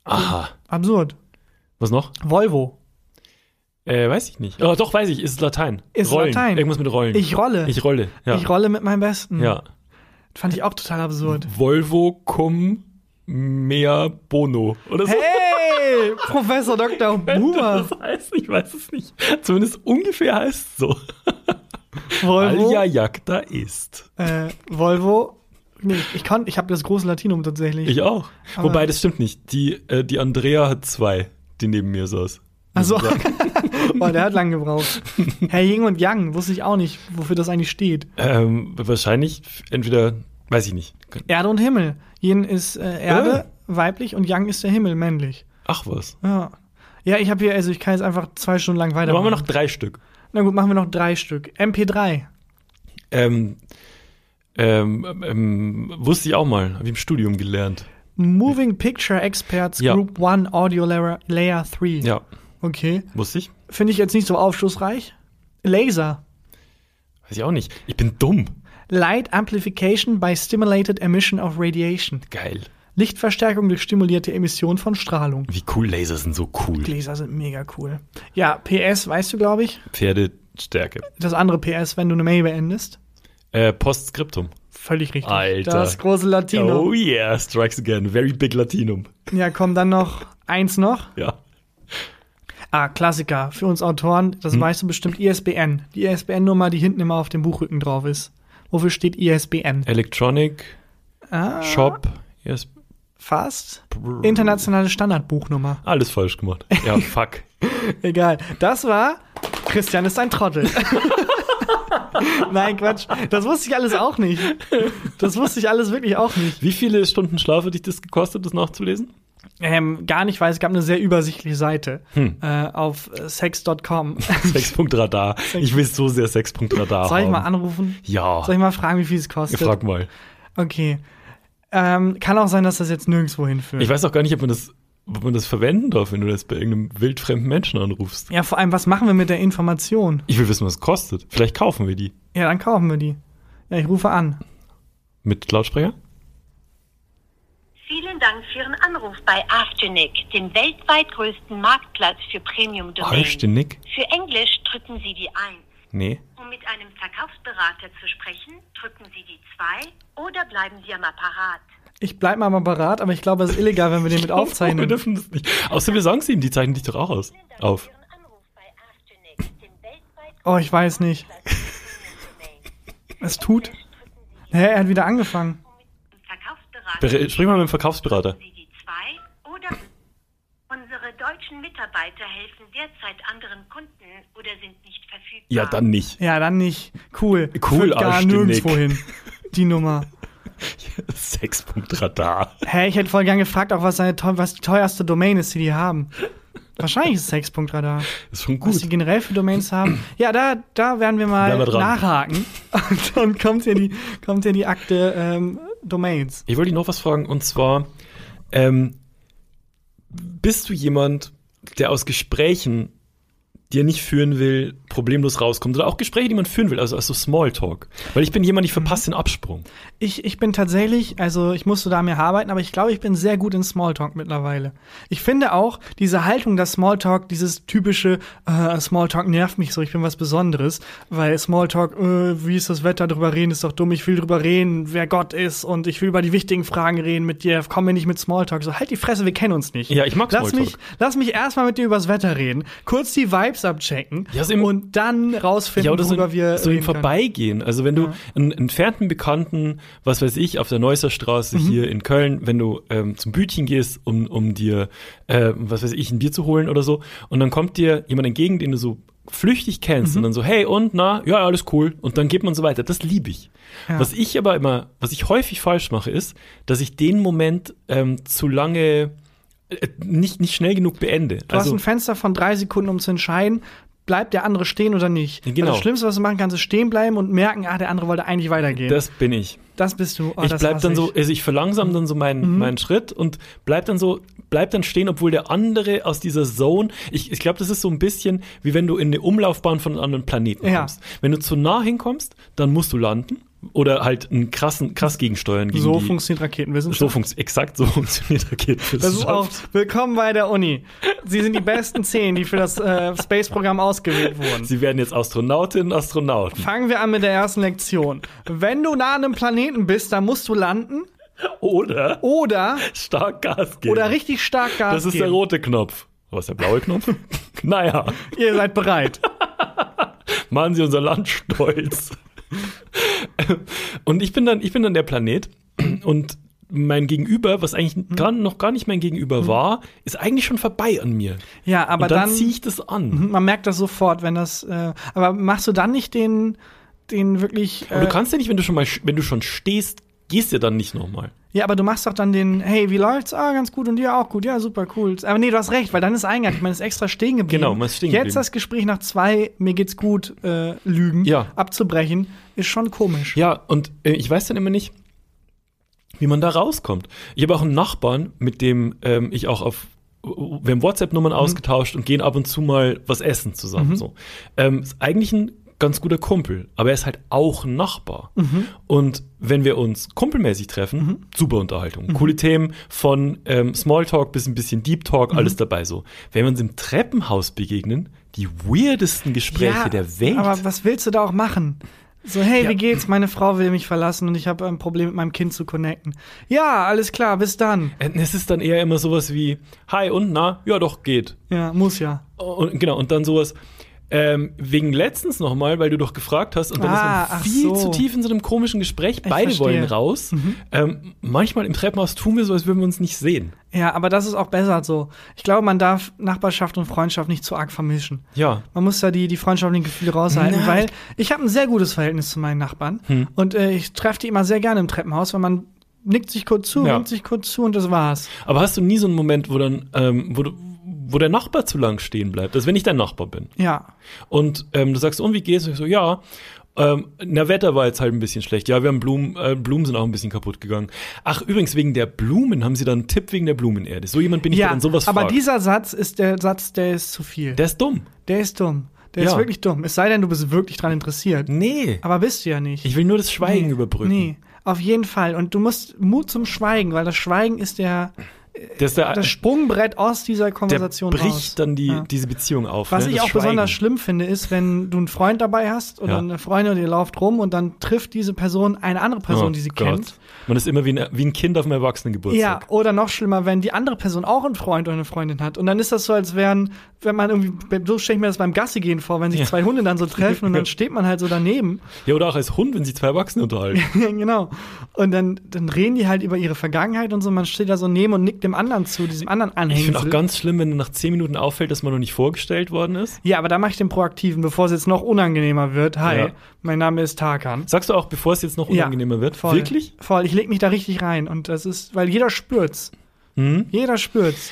Aha.
Absurd.
Was noch?
Volvo.
Äh, weiß ich nicht. Oh, doch, weiß ich. Ist Latein.
Ist
Rollen.
Latein.
Irgendwas mit Rollen.
Ich rolle.
Ich rolle. Ja.
Ich rolle mit meinem Besten.
ja.
Fand ich auch total absurd.
Volvo cum mea bono. Oder so.
Hey, Professor Dr. Huber.
Das heißt, ich weiß es nicht. Zumindest ungefähr heißt es so. Alia
Volvo.
Jagda ist.
Äh, Volvo. Nee, ich kann, ich habe das große Latinum tatsächlich.
Ich auch.
Aber-
Wobei, das stimmt nicht. Die, äh, die Andrea hat zwei, die neben mir saß.
also, boah, der hat lang gebraucht. Herr Ying und Yang, wusste ich auch nicht, wofür das eigentlich steht.
Ähm, wahrscheinlich entweder, weiß ich nicht.
Erde und Himmel. Yin ist äh, Erde, weiblich, und Yang ist der Himmel, männlich.
Ach was.
Ja. Ja, ich habe hier, also ich kann jetzt einfach zwei Stunden lang
Da
weiter.
machen wir noch drei Stück.
Na gut, machen wir noch drei Stück. MP3.
Ähm, ähm, ähm, wusste ich auch mal, habe ich im Studium gelernt.
Moving Picture Experts
Ja.
Group 1 Audio Layer, Layer 3.
Ja,
Okay.
wusste ich.
Finde ich jetzt nicht so aufschlussreich. Laser.
Weiß ich auch nicht. Ich bin dumm.
Light Amplification by Stimulated Emission of Radiation.
Geil.
Lichtverstärkung durch stimulierte Emission von Strahlung.
Wie cool Laser sind so cool.
Laser sind mega cool. Ja, PS, weißt du, glaube ich.
Pferdestärke.
Das andere PS, wenn du eine Mail beendest.
Äh, Postskriptum.
Völlig richtig.
Alter.
Das große Latino.
Oh yeah, strikes again. Very big Latinum.
Ja, komm, dann noch eins noch.
Ja.
Ah, Klassiker. Für uns Autoren, das weißt du bestimmt, ISBN. Die ISBN-Nummer, die hinten immer auf dem Buchrücken drauf ist. Wofür steht ISBN?
Electronic
Ah,
Shop. Yes.
fast. Internationale Standardbuchnummer.
Alles falsch gemacht. Ja, fuck.
Egal. Das war Christian ist ein Trottel. Nein, Quatsch. Das wusste ich alles auch nicht. Das wusste ich alles wirklich auch nicht.
Wie viele Stunden Schlaf hat dich das gekostet, das nachzulesen?
Ähm, gar nicht, weil es gab eine sehr übersichtliche Seite äh, auf äh, sex.com.
Sexpunktradar. Ich will so sehr Sexpunktradar
Soll ich
haben.
mal anrufen?
Ja.
Soll ich mal fragen, wie viel es kostet?
Frag mal.
Okay. Ähm, kann auch sein, dass das jetzt nirgendwo hinführt.
Ich weiß auch gar nicht, ob man das, ob man das verwenden darf, wenn du das bei irgendeinem wildfremden Menschen anrufst.
ja, vor allem, was machen wir mit der Information?
Ich will wissen, was es kostet. Vielleicht kaufen wir die.
Ja, dann kaufen wir die. Ja, ich rufe an.
Mit Lautsprecher?
Vielen Dank für Ihren Anruf bei Afternic, dem weltweit größten Marktplatz für Premium-Domains.
Halbstündig?
Für Englisch drücken Sie die 1.
Nee.
Um mit einem Verkaufsberater zu sprechen, drücken Sie die 2 oder bleiben Sie am Apparat.
Ich bleib mal mal parat, aber ich glaube, es ist illegal, wenn wir den mit
Wir
aufzeichnen.
dürfen das nicht. Außer wir sagen es ihm, die zeichnen dich doch auch aus.
Vielen Dank
Auf.
für Ihren Anruf bei Afternic, dem weltweit
Oh, ich weiß nicht. Es tut. Hä, er hat wieder angefangen.
Bere-
Verkaufsberater.
Sprich mal mit dem Verkaufsberater.
Sie die zwei oder unsere deutschen Mitarbeiter helfen derzeit anderen Kunden oder sind nicht verfügbar.
Ja, dann nicht.
Ja, dann nicht. Cool.
Cool,
Führt gar
Arschgenick.
nirgendwo hin. Die Nummer.
Sexpunktradar.
Hä, ich hätte voll gern gefragt, auch was, seine, teu- was die teuerste Domain ist, die die haben. Wahrscheinlich ist Sex.radar.
Ist schon
Was die
gut.
generell für Domains haben. Ja, da, da werden wir mal
Bleiben wir dran.
nachhaken. Und dann kommt hier die, kommt hier die Akte ähm, Domains.
Ich wollte dich noch was fragen und zwar, ähm, bist du jemand, der aus Gesprächen, die er nicht führen will, problemlos rauskommt? Oder auch Gespräche, die man führen will, also, also Smalltalk? Weil ich bin jemand, ich verpasse den Absprung.
Ich, ich bin tatsächlich, also ich musste da mehr arbeiten, aber ich glaube, ich bin sehr gut in Smalltalk mittlerweile. Ich finde auch diese Haltung, dass Smalltalk, dieses typische äh, Smalltalk nervt mich so, ich bin was Besonderes, weil Smalltalk, äh, wie ist das Wetter, drüber reden ist doch dumm, ich will drüber reden, wer Gott ist und ich will über die wichtigen Fragen reden mit dir, komm mir nicht mit Smalltalk, so halt die Fresse, wir kennen uns nicht.
Ja, ich mag
lass
Smalltalk.
mich, lass mich erstmal mit dir übers Wetter reden, kurz die Vibes abchecken
Ja, so im-
und dann rausfinden,
Ja, oder so,
worüber wir
so im
reden können.
Vorbeigehen. Also wenn du einen entfernten Bekannten, was weiß ich, auf der Neusser
Mhm.
Straße hier in Köln, wenn du ähm, zum Bütchen gehst, um, um dir, äh, was weiß ich, ein Bier zu holen oder so, und dann kommt dir jemand entgegen, den du so flüchtig kennst und
Mhm.
dann so, hey und, na, ja, ja, alles cool. Und dann geht man so weiter. Das liebe ich. Was ich aber immer, was ich häufig falsch mache, ist, dass ich den Moment ähm, zu lange äh, nicht, nicht schnell genug beende. Also
Du hast ein Fenster von drei Sekunden, um zu entscheiden, bleibt der andere stehen oder nicht. Also
Ja, genau.
Das Schlimmste, was du machen kannst, ist stehen bleiben und merken, ah, der andere wollte eigentlich weitergehen. Das,
das bin ich.
bist du. Oh,
ich
das
bleib
hasse
dann so,
ich. Mhm.
also ich verlangsam dann so meinen, meinen Schritt und bleib dann so, bleib dann stehen, obwohl der andere aus dieser Zone, ich, ich glaube, das ist so ein bisschen wie wenn du in eine Umlaufbahn von einem anderen Planeten
Ja.
kommst. Wenn du zu nah hinkommst, dann musst du landen oder halt einen krassen, krass gegensteuern gegen
So
die,
funktioniert Raketenwissenschaft.
so funktioniert, exakt so funktioniert
das ist auch
Raketenwissenschaft.
willkommen bei der Uni. Sie sind die besten zehn, die für das äh, Space-Programm ausgewählt wurden.
Sie werden jetzt Astronautinnen, Astronauten.
Fangen wir an mit der ersten Lektion. Wenn du nah an einem Planeten bist, dann musst du landen
Oder
oder,
stark Gas geben.
oder richtig stark Gas
Das ist der
geben.
rote Knopf. Was, der blaue Knopf? naja,
Ihr seid bereit.
machen Sie unser Land stolz. und ich bin dann, ich bin dann der Planet und mein Gegenüber, was eigentlich
Hm.
gar, noch gar nicht mein Gegenüber war, ist eigentlich schon vorbei an mir.
Ja, aber
und dann,
dann Mhm.
ziehe ich das an.
Man merkt das sofort, wenn das. Äh, aber machst du dann nicht den, den wirklich.
Aber
Äh,
Oh, du kannst ja nicht, wenn du schon mal, wenn du schon stehst, gehst ja dann nicht nochmal.
ja, aber du machst doch dann den, hey, wie läuft's? Ah, ganz gut und dir auch gut. Ja, super cool. Aber nee, du hast recht, weil dann ist Eingang. Ich meine, ist extra stehen geblieben.
Genau, man ist stehen
Jetzt
geblieben.
das Gespräch nach zwei, mir geht's gut, äh, Lügen
Ja.
abzubrechen, ist schon komisch.
Ja, und äh, ich weiß dann immer nicht, wie man da rauskommt. Ich habe auch einen Nachbarn, mit dem ähm, ich auch auf wir haben WhatsApp-Nummern ausgetauscht und gehen ab und zu mal was essen zusammen. So. Ähm, ist eigentlich ein ganz guter Kumpel, aber er ist halt auch ein Nachbar. Und wenn wir uns kumpelmäßig treffen, super Unterhaltung. Coole Themen von ähm, Smalltalk bis ein bisschen Deep Talk, alles dabei so. Wenn wir uns im Treppenhaus begegnen, die weirdesten Gespräche der Welt.
Aber was willst du da auch machen? So, hey, wie geht's? Meine Frau will mich verlassen und ich habe ein Problem mit meinem Kind zu connecten. Ja, alles klar, bis dann.
Äh, Es ist dann eher immer sowas wie, hi und na, ja doch, geht.
Ja, muss ja.
Und, genau, und dann sowas, ähm, wegen letztens nochmal, weil du doch gefragt hast, und dann
Ah,
ist man
ach
viel
so.
zu tief in so einem komischen Gespräch, beide
verstehe. Mhm.
wollen raus. Ähm, manchmal im Treppenhaus tun wir so, als würden wir uns nicht sehen.
Ja, aber das ist auch besser so. Ich glaube, man darf Nachbarschaft und Freundschaft nicht zu arg vermischen.
Ja.
Man muss da die, die freundschaftlichen Gefühle raushalten,
Nein.
weil ich habe ein sehr gutes Verhältnis zu meinen Nachbarn
Hm.
und äh, ich treffe die immer sehr gerne im Treppenhaus, weil man nickt sich kurz zu,
Ja.
winkt sich kurz zu und das war's.
Aber hast du nie so einen Moment, wo dann, ähm, wo, du, wo der Nachbar zu lang stehen bleibt? Also wenn ich dein Nachbar bin.
Ja.
Und ähm, du sagst, und wie geht's? Und ich so, ja. Ähm, na, Wetter war jetzt halt ein bisschen schlecht. Ja, wir haben Blumen, äh, Blumen sind auch ein bisschen kaputt gegangen. Ach, übrigens, wegen der Blumen haben sie dann einen Tipp wegen der Blumenerde. So jemand bin ich, der
ja,
dann sowas
aber
fragt.
dieser Satz ist der Satz, der ist zu viel. Der,
Der ist dumm.
ist dumm. Der ist
Ja.
wirklich dumm. Es sei denn, du bist wirklich dran interessiert.
Nee.
Aber bist du ja nicht.
Ich will nur das Schweigen
Nee,
überbrücken.
Nee, auf jeden Fall. Und du musst Mut zum Schweigen, weil das Schweigen ist der,
Das ist der,
das Sprungbrett aus dieser
Äh, der
Konversation
bricht
raus.
dann die,
Ja.
diese Beziehung auf.
Was
ne?
ich
Das
auch
Schweigen.
besonders schlimm finde, ist, wenn du einen Freund dabei hast oder
Ja.
eine Freundin und ihr lauft rum und dann trifft diese Person eine andere Person,
Oh
die sie
Gott.
kennt.
Man ist immer wie ein, wie ein Kind auf einem
Ja,
Erwachsenengeburtstag.
oder noch schlimmer, wenn die andere Person auch einen Freund oder eine Freundin hat. Und dann ist das so, als wären, wenn man irgendwie, so stelle ich mir das beim Gassigehen vor, wenn sich zwei Hunde dann so treffen und dann steht man halt so daneben.
Ja, oder auch als Hund, wenn sich zwei Erwachsene unterhalten.
Ja, genau. Und dann, dann reden die halt über ihre Vergangenheit und so. Man steht da so neben und nickt dem anderen zu, diesem anderen
Ich
Anhängsel.
finde auch ganz schlimm, wenn nach zehn Minuten auffällt, dass man noch nicht vorgestellt worden ist.
ja, aber da mache ich den Proaktiven, bevor es jetzt noch unangenehmer wird. Hi,
Ja.
mein Name ist Tarkan.
Sagst du auch, bevor es jetzt noch unangenehmer wird?
Voll,
Wirklich?
Voll. Ich leg mich da richtig rein. Und das ist, weil jeder spürt's.
Hm?
Jeder spürt's.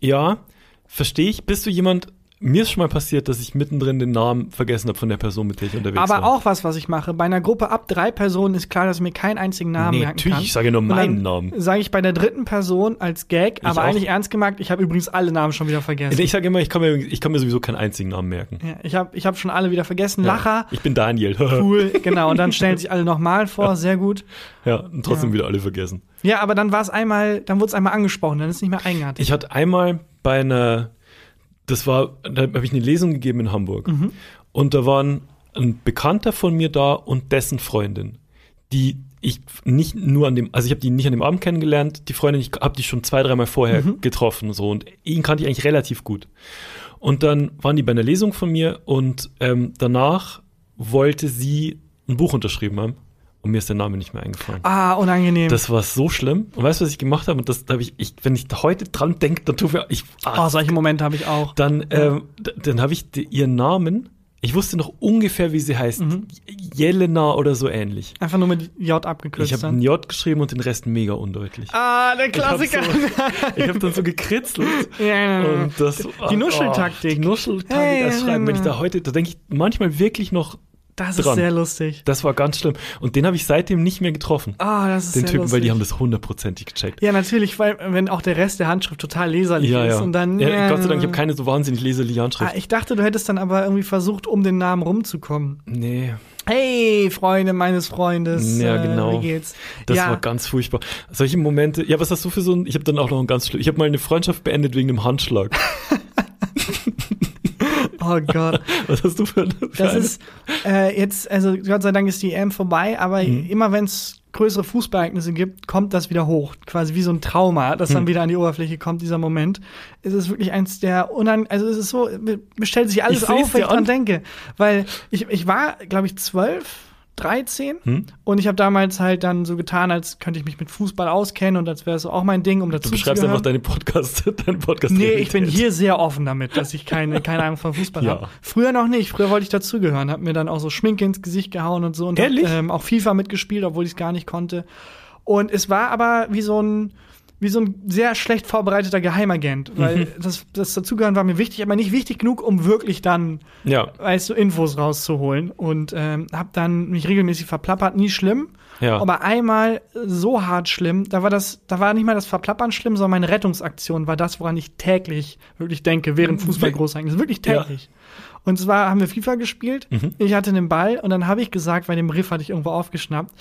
Ja, verstehe ich. Bist du jemand, mir ist schon mal passiert, dass ich mittendrin den Namen vergessen habe von der Person, mit der ich unterwegs war.
Aber auch was, was ich mache. Bei einer Gruppe ab drei Personen ist klar, dass ich mir keinen einzigen Namen
Nee,
merken
natürlich,
kann.
ich sage nur
Und dann
meinen Namen.
Sage ich bei der dritten Person als Gag, aber
auch.
eigentlich ernst gemerkt, ich habe übrigens alle Namen schon wieder vergessen.
Ich sage immer, ich kann, mir, ich kann mir sowieso keinen einzigen Namen merken.
ja, ich habe ich hab schon alle wieder vergessen. Lacher,
Ich bin Daniel.
cool, genau. Und dann stellen sich alle nochmal vor, sehr gut.
ja, und trotzdem wieder alle vergessen.
Ja, aber dann war es einmal, dann wurde es einmal angesprochen, dann ist nicht mehr eigenartig.
Ich hatte einmal bei einer, das war, da habe ich eine Lesung gegeben in Hamburg. Und da waren ein Bekannter von mir da und dessen Freundin, die ich nicht nur an dem, also ich habe die nicht an dem Abend kennengelernt, die Freundin, ich habe die schon zwei, dreimal vorher getroffen so und ihn kannte ich eigentlich relativ gut. Und dann waren die bei einer Lesung von mir und ähm, danach wollte sie ein Buch unterschrieben haben und mir ist der Name nicht mehr eingefallen.
ah, unangenehm.
Das war so schlimm. Und weißt du, was ich gemacht habe? Und das da habe ich, ich, wenn ich da heute dran denke, dann tue ich,
oh,
ah,
solche Momente habe ich auch.
dann, ähm, d- dann habe ich die, ihren Namen. Ich wusste noch ungefähr, wie sie heißt.
Mhm.
Jelena oder so ähnlich.
Einfach nur mit J abgekürzt.
Ich habe
dann.
ein J geschrieben und den Rest mega undeutlich.
ah, der
Ich habe so,
Klassiker.
ich hab dann so gekritzelt.
Ja, ja, ja.
Und das, Oh,
Die Nuscheltaktik.
die Nuscheltaktik
Hey,
als Schreiben. Wenn ich da heute, da denke ich manchmal wirklich noch,
das ist
dran.
sehr lustig.
das war ganz schlimm. Und den habe ich seitdem nicht mehr getroffen.
Ah, das ist
den
sehr
Typen,
lustig.
weil die haben das hundertprozentig gecheckt.
ja, natürlich, weil wenn auch der Rest der Handschrift total leserlich
Ja,
ist
ja.
und dann. äh,
ja. Gott sei Dank, ich habe keine so wahnsinnig leserliche Handschrift.
Ah, ich dachte, du hättest dann aber irgendwie versucht, um den Namen rumzukommen.
nee,
Hey, Freunde meines Freundes.
Ja,
äh,
genau.
Wie geht's?
das
ja,
war ganz furchtbar. Solche Momente, ja, was hast du für so ein, ich habe dann auch noch ein ganz schlimm, ich habe mal eine Freundschaft beendet wegen einem Handschlag.
oh Gott.
Was hast du für, für
Das
eine?
ist äh, jetzt, also Gott sei Dank ist die EM vorbei, aber
Mhm.
immer wenn es größere Fußballereignisse gibt, kommt das wieder hoch. Quasi wie so ein Trauma, das
Mhm.
dann wieder an die Oberfläche kommt, dieser Moment. Es ist wirklich eins der unan, also es ist so, mir mir stellt sich alles
Ich seh's
auf, wenn
dir
ich dran
an.
denke. Weil ich, ich war, glaube ich, zwölf. 13
Mhm.
und ich habe damals halt dann so getan, als könnte ich mich mit Fußball auskennen und als wäre es auch mein Ding, um dazu
Du beschreibst
zu
einfach deine Podcast, deinen Podcast.
Nee, ich bin hier sehr offen damit, dass ich keine, keine Ahnung von Fußball
Ja.
habe. Früher noch nicht. Früher wollte ich dazugehören. Hab mir dann auch so Schminke ins Gesicht gehauen und so. Und
Ehrlich?
Hab, ähm, auch FIFA mitgespielt, obwohl ich es gar nicht konnte. Und es war aber wie so ein, wie so ein sehr schlecht vorbereiteter Geheimagent. Weil
Mhm.
das, das Dazugehören war mir wichtig, aber nicht wichtig genug, um wirklich dann
Ja,
weißt du, Infos rauszuholen und ähm, habe dann mich regelmäßig verplappert, nie schlimm.
Ja.
Aber einmal so hart schlimm, da war das, da war nicht mal das Verplappern schlimm, sondern
Mhm.
meine Rettungsaktion war das, woran ich täglich wirklich denke, während Fußball groß ist. Wirklich täglich. Und zwar haben wir FIFA gespielt.
Mhm.
Ich hatte den Ball und dann habe ich gesagt, bei dem Riff hatte ich irgendwo aufgeschnappt.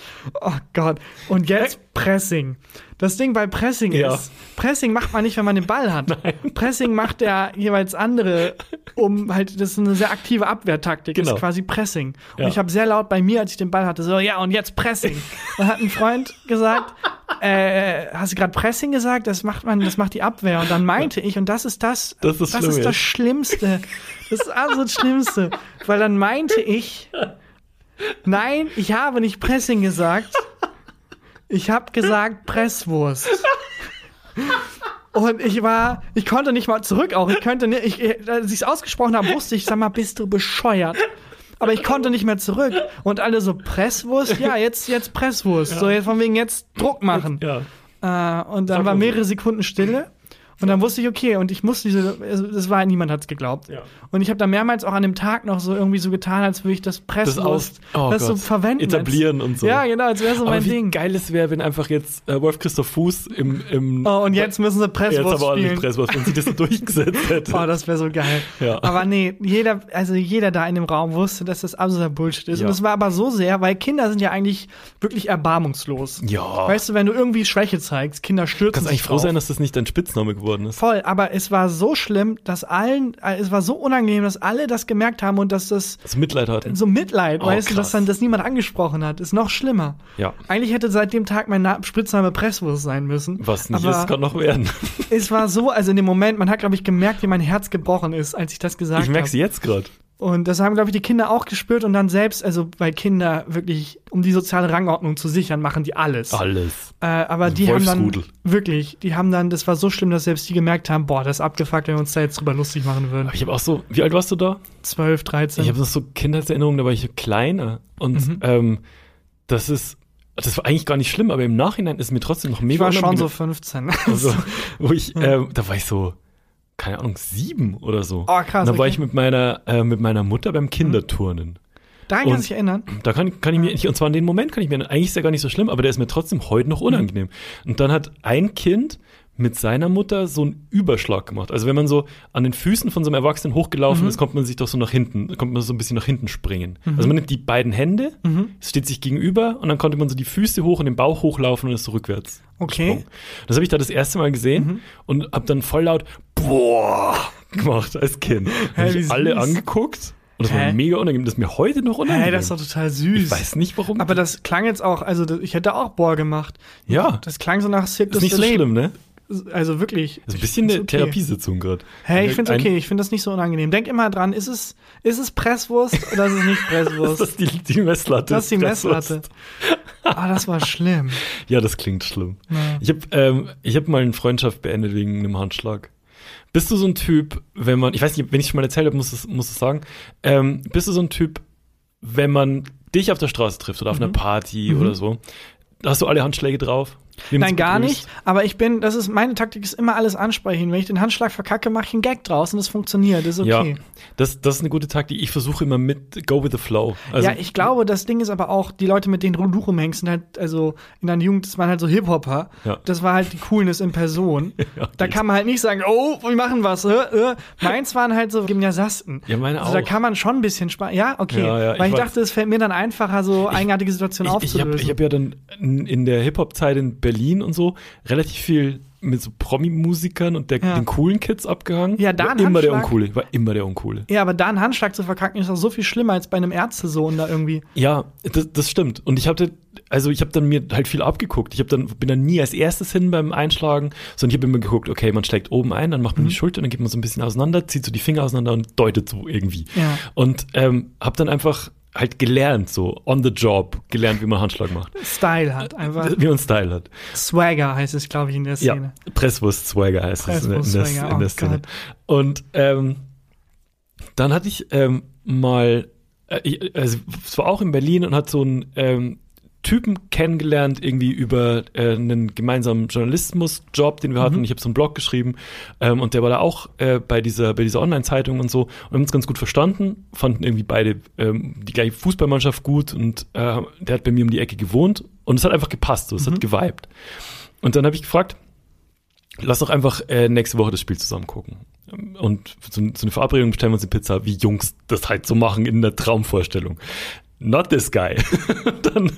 Oh Gott. Und jetzt Pressing. Das Ding bei Pressing
Äh. Ja.
ist, Pressing macht man nicht, wenn man den Ball hat. Pressing macht der jeweils andere, um halt, das ist eine sehr aktive Abwehrtaktik. Das
Genau.
ist quasi Pressing. Und
Ja.
ich habe sehr laut bei mir, als ich den Ball hatte, so, ja, und jetzt Pressing. Dann hat ein Freund gesagt, äh, hast du gerade Pressing gesagt? Das macht man, das macht die Abwehr. Und dann meinte ich, und das ist das,
Das ist das
das, ist
Schlimme
das
jetzt.
Schlimmste. Das ist absolut das Schlimmste. Weil dann meinte ich, nein, ich habe nicht Pressing gesagt. Ich habe gesagt Presswurst. Und ich war, ich konnte nicht mal zurück auch. Ich könnte nicht, ich, als ich es ausgesprochen habe, wusste ich, sag mal, bist du bescheuert? Aber ich konnte nicht mehr zurück. Und alle so, Presswurst? Ja, jetzt, jetzt Presswurst. So, jetzt von wegen jetzt Druck machen.
Ja.
Äh, und dann
Sag
war
mal so.
mehrere Sekunden Stille. Und dann wusste ich, okay, und ich musste diese, also das war, niemand hat's geglaubt.
Ja.
Und ich habe da mehrmals auch an dem Tag noch so irgendwie so getan, als würde ich das Presswurst, das,
aus- oh
so
Gott.
verwenden.
Etablieren
als,
und so.
Ja, genau, als wäre so
Aber
mein
wie
Ding.
geil es wäre, wenn einfach jetzt äh, Wolf Christoph Fuß im, im
Oh, und jetzt müssen sie
jetzt
Presswurst
aber ordentlich
spielen.
Presswurst, wenn sie das so durchgesetzt hätte.
Oh, das wäre so geil.
Ja.
Aber nee, jeder, also jeder da in dem Raum wusste, dass das absoluter Bullshit ist.
Ja.
Und es war aber so sehr, weil Kinder sind ja eigentlich wirklich erbarmungslos.
Ja.
Weißt du, wenn du irgendwie Schwäche zeigst, Kinder stürzen
Kannst
sich
eigentlich froh
drauf.
sein, dass das nicht dein Spitzname geworden ist.
Voll, aber es war so schlimm, dass allen, äh, es war so unangenehm, dass alle das gemerkt haben und dass das
Das Mitleid hatten.
so Mitleid,
Oh,
weißt du,
krass.
dass dann das niemand angesprochen hat, ist noch schlimmer.
Ja.
Eigentlich hätte seit dem Tag mein Na Spitzname Presswurst sein müssen.
Was nicht
aber
ist, kann noch werden.
Es war so, also in dem Moment, man hat, glaube ich, gemerkt, wie mein Herz gebrochen ist, als ich das gesagt
Ich
habe.
merk's jetzt gerade.
Und das haben, glaube ich, die Kinder auch gespürt und dann selbst, also bei Kinder wirklich, um die soziale Rangordnung zu sichern, machen die alles.
Alles.
Äh, aber die haben dann
Also Wolfsrudel.
wirklich, die haben dann, das war so schlimm, dass selbst die gemerkt haben, boah, das ist abgefuckt, wenn wir uns da jetzt drüber lustig machen würden.
Aber ich habe auch so, wie alt warst du da?
12, 13.
Ich habe noch so Kindheitserinnerungen, da war ich kleiner. Und ähm, das ist, das war eigentlich gar nicht schlimm, aber im Nachhinein ist mir trotzdem noch
Ich
mega
war schon so 15.
unangenehm. Also, wo ich, ähm, da war ich so, keine Ahnung, sieben oder so.
Oh, krass,
Und da war
okay.
ich mit meiner, äh, mit meiner Mutter beim Kinderturnen.
Daran kann
Und-
ich mich erinnern.
Da kann, kann ich mir, nicht- und zwar in dem Moment kann ich mir, eigentlich ist der gar nicht so schlimm, aber der ist mir trotzdem heute
Mhm.
noch unangenehm. Und dann hat ein Kind mit seiner Mutter so einen Überschlag gemacht. Also wenn man so an den Füßen von so einem Erwachsenen
Mhm.
hochgelaufen ist, kommt man sich doch so nach hinten, kommt man so ein bisschen nach hinten springen. Also man nimmt die beiden Hände,
Mhm.
steht sich gegenüber und dann konnte man so die Füße hoch und den Bauch hochlaufen und ist so rückwärts.
Okay. Mhm.
gesprungen. Das habe ich da das erste Mal gesehen und habe dann voll laut boah gemacht als Kind.
Hä,
Hab
wie
ich alle
süß.
angeguckt und das
Hä?
war mega unangenehm. Das ist mir heute noch unangenehm.
Hey, das ist doch total süß.
Ich weiß nicht, warum.
Aber das klang jetzt auch, also das- ich hätte auch Boah gemacht.
ja, das
Das klang so nach Cirque du
ist nicht so
Soleil.
schlimm, ne?
Also wirklich.
Das ist ein bisschen
Ist
eine
okay.
Therapiesitzung gerade.
Hey, ich find's okay, ich finde das nicht so unangenehm. Denk immer dran, ist es, ist es Presswurst oder ist es nicht
Das
Presswurst?
ist die, die Messlatte.
das ist die Messlatte. Ah, das war schlimm.
Ja, das klingt schlimm. Ich habe ähm, ich hab mal eine Freundschaft beendet wegen einem Handschlag. Bist du so ein Typ, wenn man, ich weiß nicht, wenn ich schon mal erzählt habe, muss es muss es sagen, ähm, bist du so ein Typ, wenn man dich auf der Straße trifft oder auf
Mhm.
einer Party oder so, hast du alle Handschläge drauf? Wie
Nein,
man sich
gar
begrüßt?
nicht. Aber ich bin, das ist, meine Taktik ist immer alles ansprechen. Wenn ich den Handschlag verkacke, mache ich einen Gag draus und das funktioniert. Das ist okay.
Ja, das, das ist eine gute Taktik. Ich versuche immer mit Go with the Flow. Also,
ja, ich glaube, das Ding ist aber auch, die Leute, mit denen du rumhängst, sind halt, also in deiner Jugend, das waren halt so Hip-Hopper.
Ja.
Das war halt die Coolness in Person. da
geht.
kann man halt nicht sagen, oh, wir machen was. Äh, äh. Meins waren halt so Gymnasiasten.
Ja, meine
also, Da
auch.
kann man schon ein bisschen Spaß. Ja, okay.
Ja, ja,
Weil ich,
ich weiß.
dachte, es fällt mir dann einfacher, so eigenartige Situationen
Ich, ich habe
aufzulösen.
ich hab ja dann in, in der Hip-Hop-Zeit in Berlin und so relativ viel mit so Promi-Musikern und der,
Ja.
den coolen Kids abgehangen.
Ja, da
war
ein
immer der
Handschlag.
Uncoole. War immer der Uncoole.
ja, aber da einen Handschlag zu verkacken, ist doch so viel schlimmer als bei einem Ärztesohn da irgendwie.
Ja, das, das stimmt. Und ich hatte, also ich habe dann mir halt viel abgeguckt. Ich habe dann bin dann nie als erstes hin beim Einschlagen, sondern ich habe immer geguckt, okay, man schlägt oben ein, dann macht
Mhm.
man die Schulter, dann geht man so ein bisschen auseinander, zieht so die Finger auseinander und deutet so irgendwie.
Ja.
Und ähm, habe dann einfach halt gelernt, so on the job gelernt, wie man Handschlag macht,
Style hat einfach.
wie man Style hat.
Swagger heißt es, glaube ich, in der Szene.
Äh, Ja, Presswurst-Swagger heißt es in der, in der,
Presswurst-Swagger,
in der
oh
Szene. Und ähm, dann hatte ich ähm, mal, äh, ich, also es war auch in Berlin und hat so einen ähm, Typen kennengelernt, irgendwie über äh, einen gemeinsamen Journalismusjob, den wir
Mhm.
hatten. Ich habe so einen Blog geschrieben ähm, und der war da auch äh, bei dieser, bei dieser Online-Zeitung und so und haben uns ganz gut verstanden, fanden irgendwie beide ähm, die gleiche Fußballmannschaft gut und äh, der hat bei mir um die Ecke gewohnt und es hat einfach gepasst, so, es
Mhm.
hat geweibt. Und dann habe ich gefragt, lass doch einfach äh, nächste Woche das Spiel zusammen gucken. und zu, zu einer Verabredung bestellen wir uns eine Pizza, wie Jungs das halt so machen in der Traumvorstellung. Not this guy. dann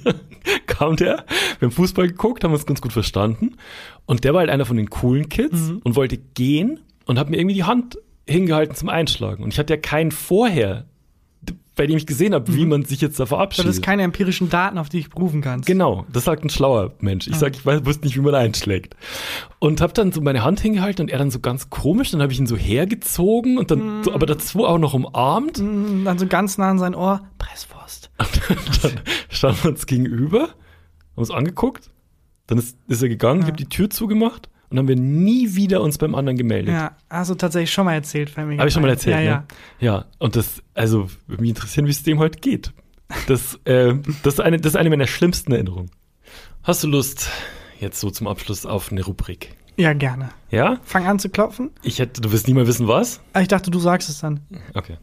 kam der, wir haben Fußball geguckt, haben uns ganz gut verstanden. Und der war halt einer von den coolen Kids und wollte gehen und hat mir irgendwie die Hand hingehalten zum Einschlagen. Und ich hatte ja keinen vorher, bei dem ich gesehen habe, wie man sich jetzt da
Du
verabschiedet.
hattest keine empirischen Daten, auf die ich berufen kannst.
Genau, das sagt ein schlauer Mensch. Ich sag, ich weiß, wusste nicht, wie man einschlägt. Und habe dann so meine Hand hingehalten und er dann so ganz komisch, dann habe ich ihn so hergezogen und dann so, aber dazu auch noch umarmt.
Und Dann so ganz nah an sein Ohr, Presswurst.
Und dann standen wir uns gegenüber, haben uns angeguckt, dann ist, ist er gegangen, ich habe die Tür zugemacht und haben wir nie wieder uns beim anderen gemeldet.
Ja, hast du tatsächlich schon mal erzählt, Family.
Habe ich schon mal erzählt,
ja,
ja,
ja.
ne? Ja. und das, also, würde mich interessieren, wie es dem heute geht. Das, äh, das, ist eine, das ist eine meiner schlimmsten Erinnerungen. Hast du Lust, jetzt so zum Abschluss auf eine Rubrik?
Ja, gerne.
Ja?
Fang an zu klopfen.
Ich hätte, du wirst nie mal wissen, was?
Ah, Ich dachte, du sagst es dann.
Okay.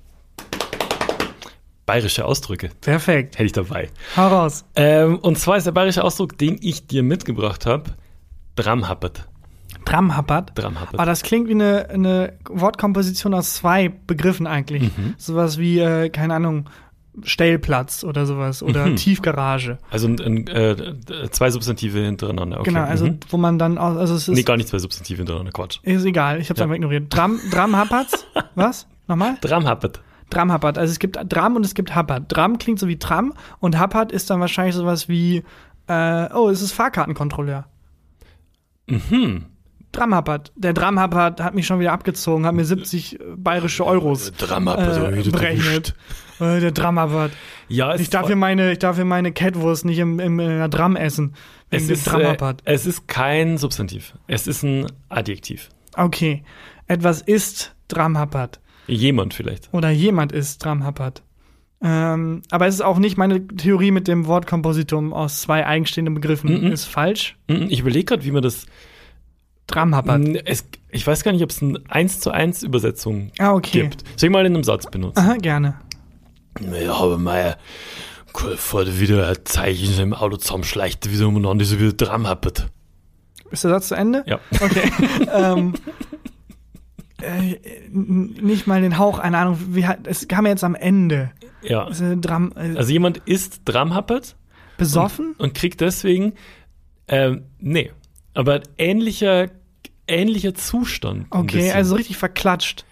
Bayerische Ausdrücke.
Perfekt.
Hätte ich dabei.
Hau raus.
Ähm, und zwar ist der bayerische Ausdruck, den ich dir mitgebracht habe, Dramhappert.
Dramhappert.
Dramhappert.
Aber das klingt wie eine, eine Wortkomposition aus zwei Begriffen eigentlich.
Mhm.
Sowas wie, äh, keine Ahnung, Stellplatz oder sowas oder
Mhm.
Tiefgarage.
Also ein, ein, äh, zwei Substantive hintereinander. Okay.
Genau, also
Mhm.
wo man dann auch, also es ist,
Nee, gar nicht zwei Substantive hintereinander, Quatsch.
ist egal, ich habe es
Ja.
einfach ignoriert. Dram, Dramhappert? Was? Nochmal?
Dramhappert.
Dramhappert. Also es gibt Dram und es gibt Happert. Dram klingt so wie Tram und Happert ist dann wahrscheinlich sowas wie, äh, oh, es ist Fahrkartenkontrolleur. Mhm. Dramhappert. Der Dramhappert hat mich schon wieder abgezogen,
Äh,
hat mir 70 bayerische Euros
Dramhappert.
äh, berechnet. Äh, der Dramhappert.
Ja, es
Ich darf hier meine, ich darf hier meine Catwurst nicht im, im in der Dram essen. Wegen
es
dem
ist, äh,
Dramhappert.
es ist kein Substantiv. Es ist ein Adjektiv.
Okay. Etwas ist Dramhappert.
Jemand vielleicht.
Oder jemand ist Dramhappert. Ähm, aber es ist auch nicht meine Theorie mit dem Wortkompositum aus zwei eigenstehenden Begriffen. Ist falsch.
Mhm, Ich überlege gerade, wie man das.
Dramhappert.
Mhm, Es, ich weiß gar nicht, ob es eine 1 zu 1 Übersetzung
Ah, okay.
gibt. Soll ich mal in einem Satz benutzen?
Aha, gerne.
Ah. Ja, aber mei, vor wieder ein Zeichen im Auto zusammenschleicht, wieder umeinander, so wieder Dram happert.
Ist der Satz zu Ende?
Ja.
Okay. ähm, äh, n- nicht mal den Hauch, eine Ahnung. Wie hat, es kam ja jetzt am Ende.
ja.
Ist, äh, Dram, äh,
Also jemand ist Dram happert
besoffen?
und kriegt deswegen, ähm, nee, aber ähnlicher, ähnlicher Zustand. ein
Okay,
bisschen.
also richtig verklatscht.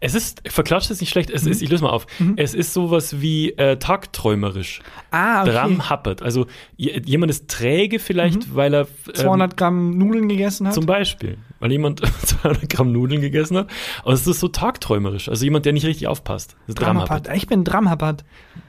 Es ist, verklatscht ist nicht schlecht, es
Mhm.
ist, ich löse mal auf, es ist sowas wie äh, tagträumerisch.
Ah, okay.
Dram happert. Also j- jemand ist träge
Mhm.
vielleicht, weil er. ähm,
200 Gramm Nudeln gegessen hat.
Zum Beispiel, weil jemand 200 Gramm Nudeln gegessen hat. Aber es ist so tagträumerisch. Also jemand, der nicht richtig aufpasst. Das ist
Dramhappert.
Dramhappert.
Ich bin Dramhappert.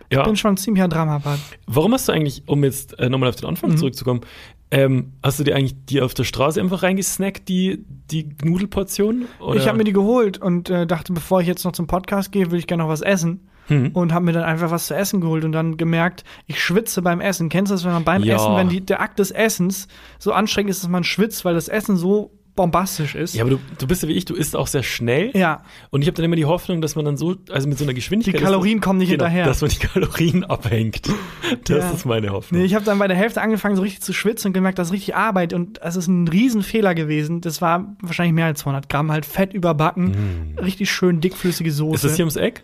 Ich
Ja.
bin schon ziemlich ein Dramhappert.
Warum hast du eigentlich, um jetzt äh, nochmal auf den
Mhm.
Anfang zurückzukommen, ähm, hast du dir eigentlich die auf der Straße einfach reingesnackt, die, die Nudelportion? Oder?
Ich habe mir die geholt und äh, dachte, bevor ich jetzt noch zum Podcast gehe, will ich gerne noch was essen.
Hm.
Und habe mir dann einfach was zu essen geholt und dann gemerkt, ich schwitze beim Essen. Kennst du das, wenn man beim
Ja.
Essen, wenn die, der Akt des Essens so anstrengend ist, dass man schwitzt, weil das Essen so bombastisch ist?
ja, aber du, du bist ja wie ich, du isst auch sehr schnell.
Ja.
Und ich habe dann immer die Hoffnung, dass man dann so, also mit so einer Geschwindigkeit.
Die Kalorien
dass, Genau,
kommen nicht hinterher.
Dass man die Kalorien abhängt. Das
Ja.
ist meine Hoffnung.
Nee, ich habe dann bei der Hälfte angefangen, so richtig zu schwitzen und gemerkt, das ist richtig Arbeit und es ist ein Riesenfehler gewesen. Das war wahrscheinlich mehr als 200 Gramm, halt fett überbacken, richtig schön dickflüssige Soße.
Hm. ist das hier ums Eck?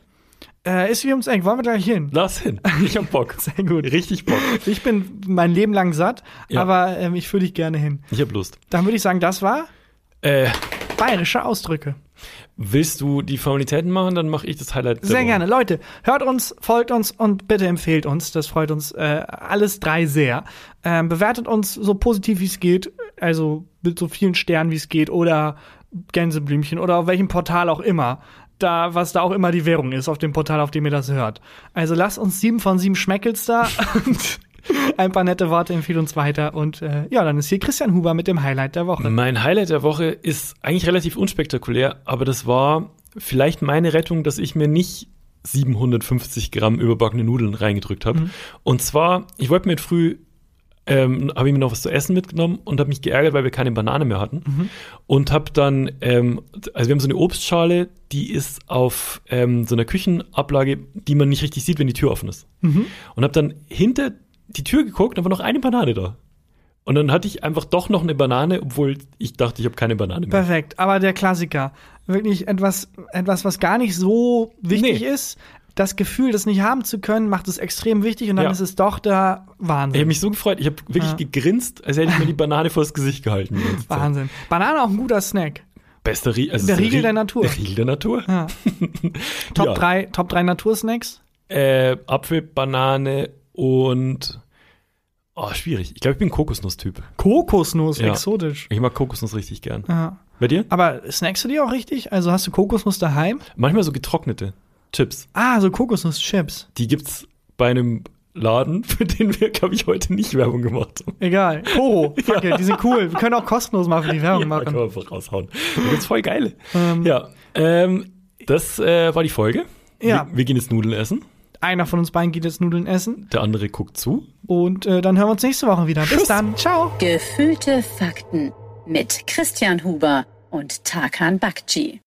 äh, ist hier ums Eck, wollen wir gleich hin?
Lass hin. Ich hab Bock.
Sehr gut.
Richtig Bock.
Ich bin mein Leben lang satt,
Ja.
aber ähm, ich führe dich gerne hin.
Ich hab Lust.
Dann würde ich sagen, das war
Äh,
bayerische Ausdrücke.
Willst du die Formalitäten machen? Dann mache ich das Highlight. der
Sehr
Woche.
gerne. Leute, hört uns, folgt uns und bitte empfehlt uns. Das freut uns äh, alles drei sehr. Ähm, bewertet uns so positiv wie es geht, also mit so vielen Sternen wie es geht oder Gänseblümchen oder auf welchem Portal auch immer. Da, was da auch immer die Währung ist, auf dem Portal, auf dem ihr das hört. Also lasst uns sieben von sieben Schmeckels da und ein paar nette Worte empfehlen uns weiter. Und äh, ja, dann ist hier Christian Huber mit dem Highlight der Woche.
Mein Highlight der Woche ist eigentlich relativ unspektakulär, aber das war vielleicht meine Rettung, dass ich mir nicht 750 Gramm überbackene Nudeln reingedrückt
Mhm.
habe. Und zwar, ich wollte mir früh ähm, habe ich mir noch was zu essen mitgenommen und habe mich geärgert, weil wir keine Banane mehr hatten. Und habe dann, ähm, also wir haben so eine Obstschale, die ist auf ähm, so einer Küchenablage, die man nicht richtig sieht, wenn die Tür offen ist. Und habe dann hinter die Tür geguckt, da war noch eine Banane da. Und dann hatte ich einfach doch noch eine Banane, obwohl ich dachte, ich habe keine Banane mehr.
Perfekt, aber der Klassiker. Wirklich etwas, etwas was gar nicht so wichtig
Nee.
ist. Das Gefühl, das nicht haben zu können, macht es extrem wichtig und dann
Ja.
ist es doch der
Ich habe
Wahnsinn.
mich so gefreut. Ich habe wirklich
Ja.
gegrinst, als hätte ich mir die Banane vor das Gesicht gehalten. die ganze Zeit.
Wahnsinn. Banane auch ein guter Snack.
Bester Rie also
Der
es ist
Riegel
Rie-
der Natur.
Der Riegel der Natur.
Ja. Top,
Ja.
3, Top 3 Natursnacks?
Äh, Apfel, Banane und. Oh, schwierig. Ich glaube, ich bin Kokosnuss-Typ.
Kokosnuss,
Ja.
exotisch.
Ich mag Kokosnuss richtig gern.
Ja.
Bei dir?
Aber snackst du die auch richtig? Also hast du Kokosnuss daheim?
Manchmal so getrocknete Chips.
Ah, so Kokosnusschips.
Die gibt's bei einem Laden, für den wir, glaube ich, heute nicht Werbung gemacht haben.
Egal. Koro, fuck it, die sind cool. Wir können auch kostenlos mal für die Werbung
Ja,
machen.
kann man einfach raushauen. Da gibt's voll geile.
Ähm.
ja, ähm, das äh, war die Folge.
Ja.
Wir, wir gehen jetzt Nudeln essen.
Einer von uns beiden geht jetzt Nudeln essen
Der andere guckt zu.
und äh, dann hören wir uns nächste Woche wieder. Bis
Tschüss.
dann. Ciao.
Gefühlte Fakten mit Christian Huber und Tarkan Bakci.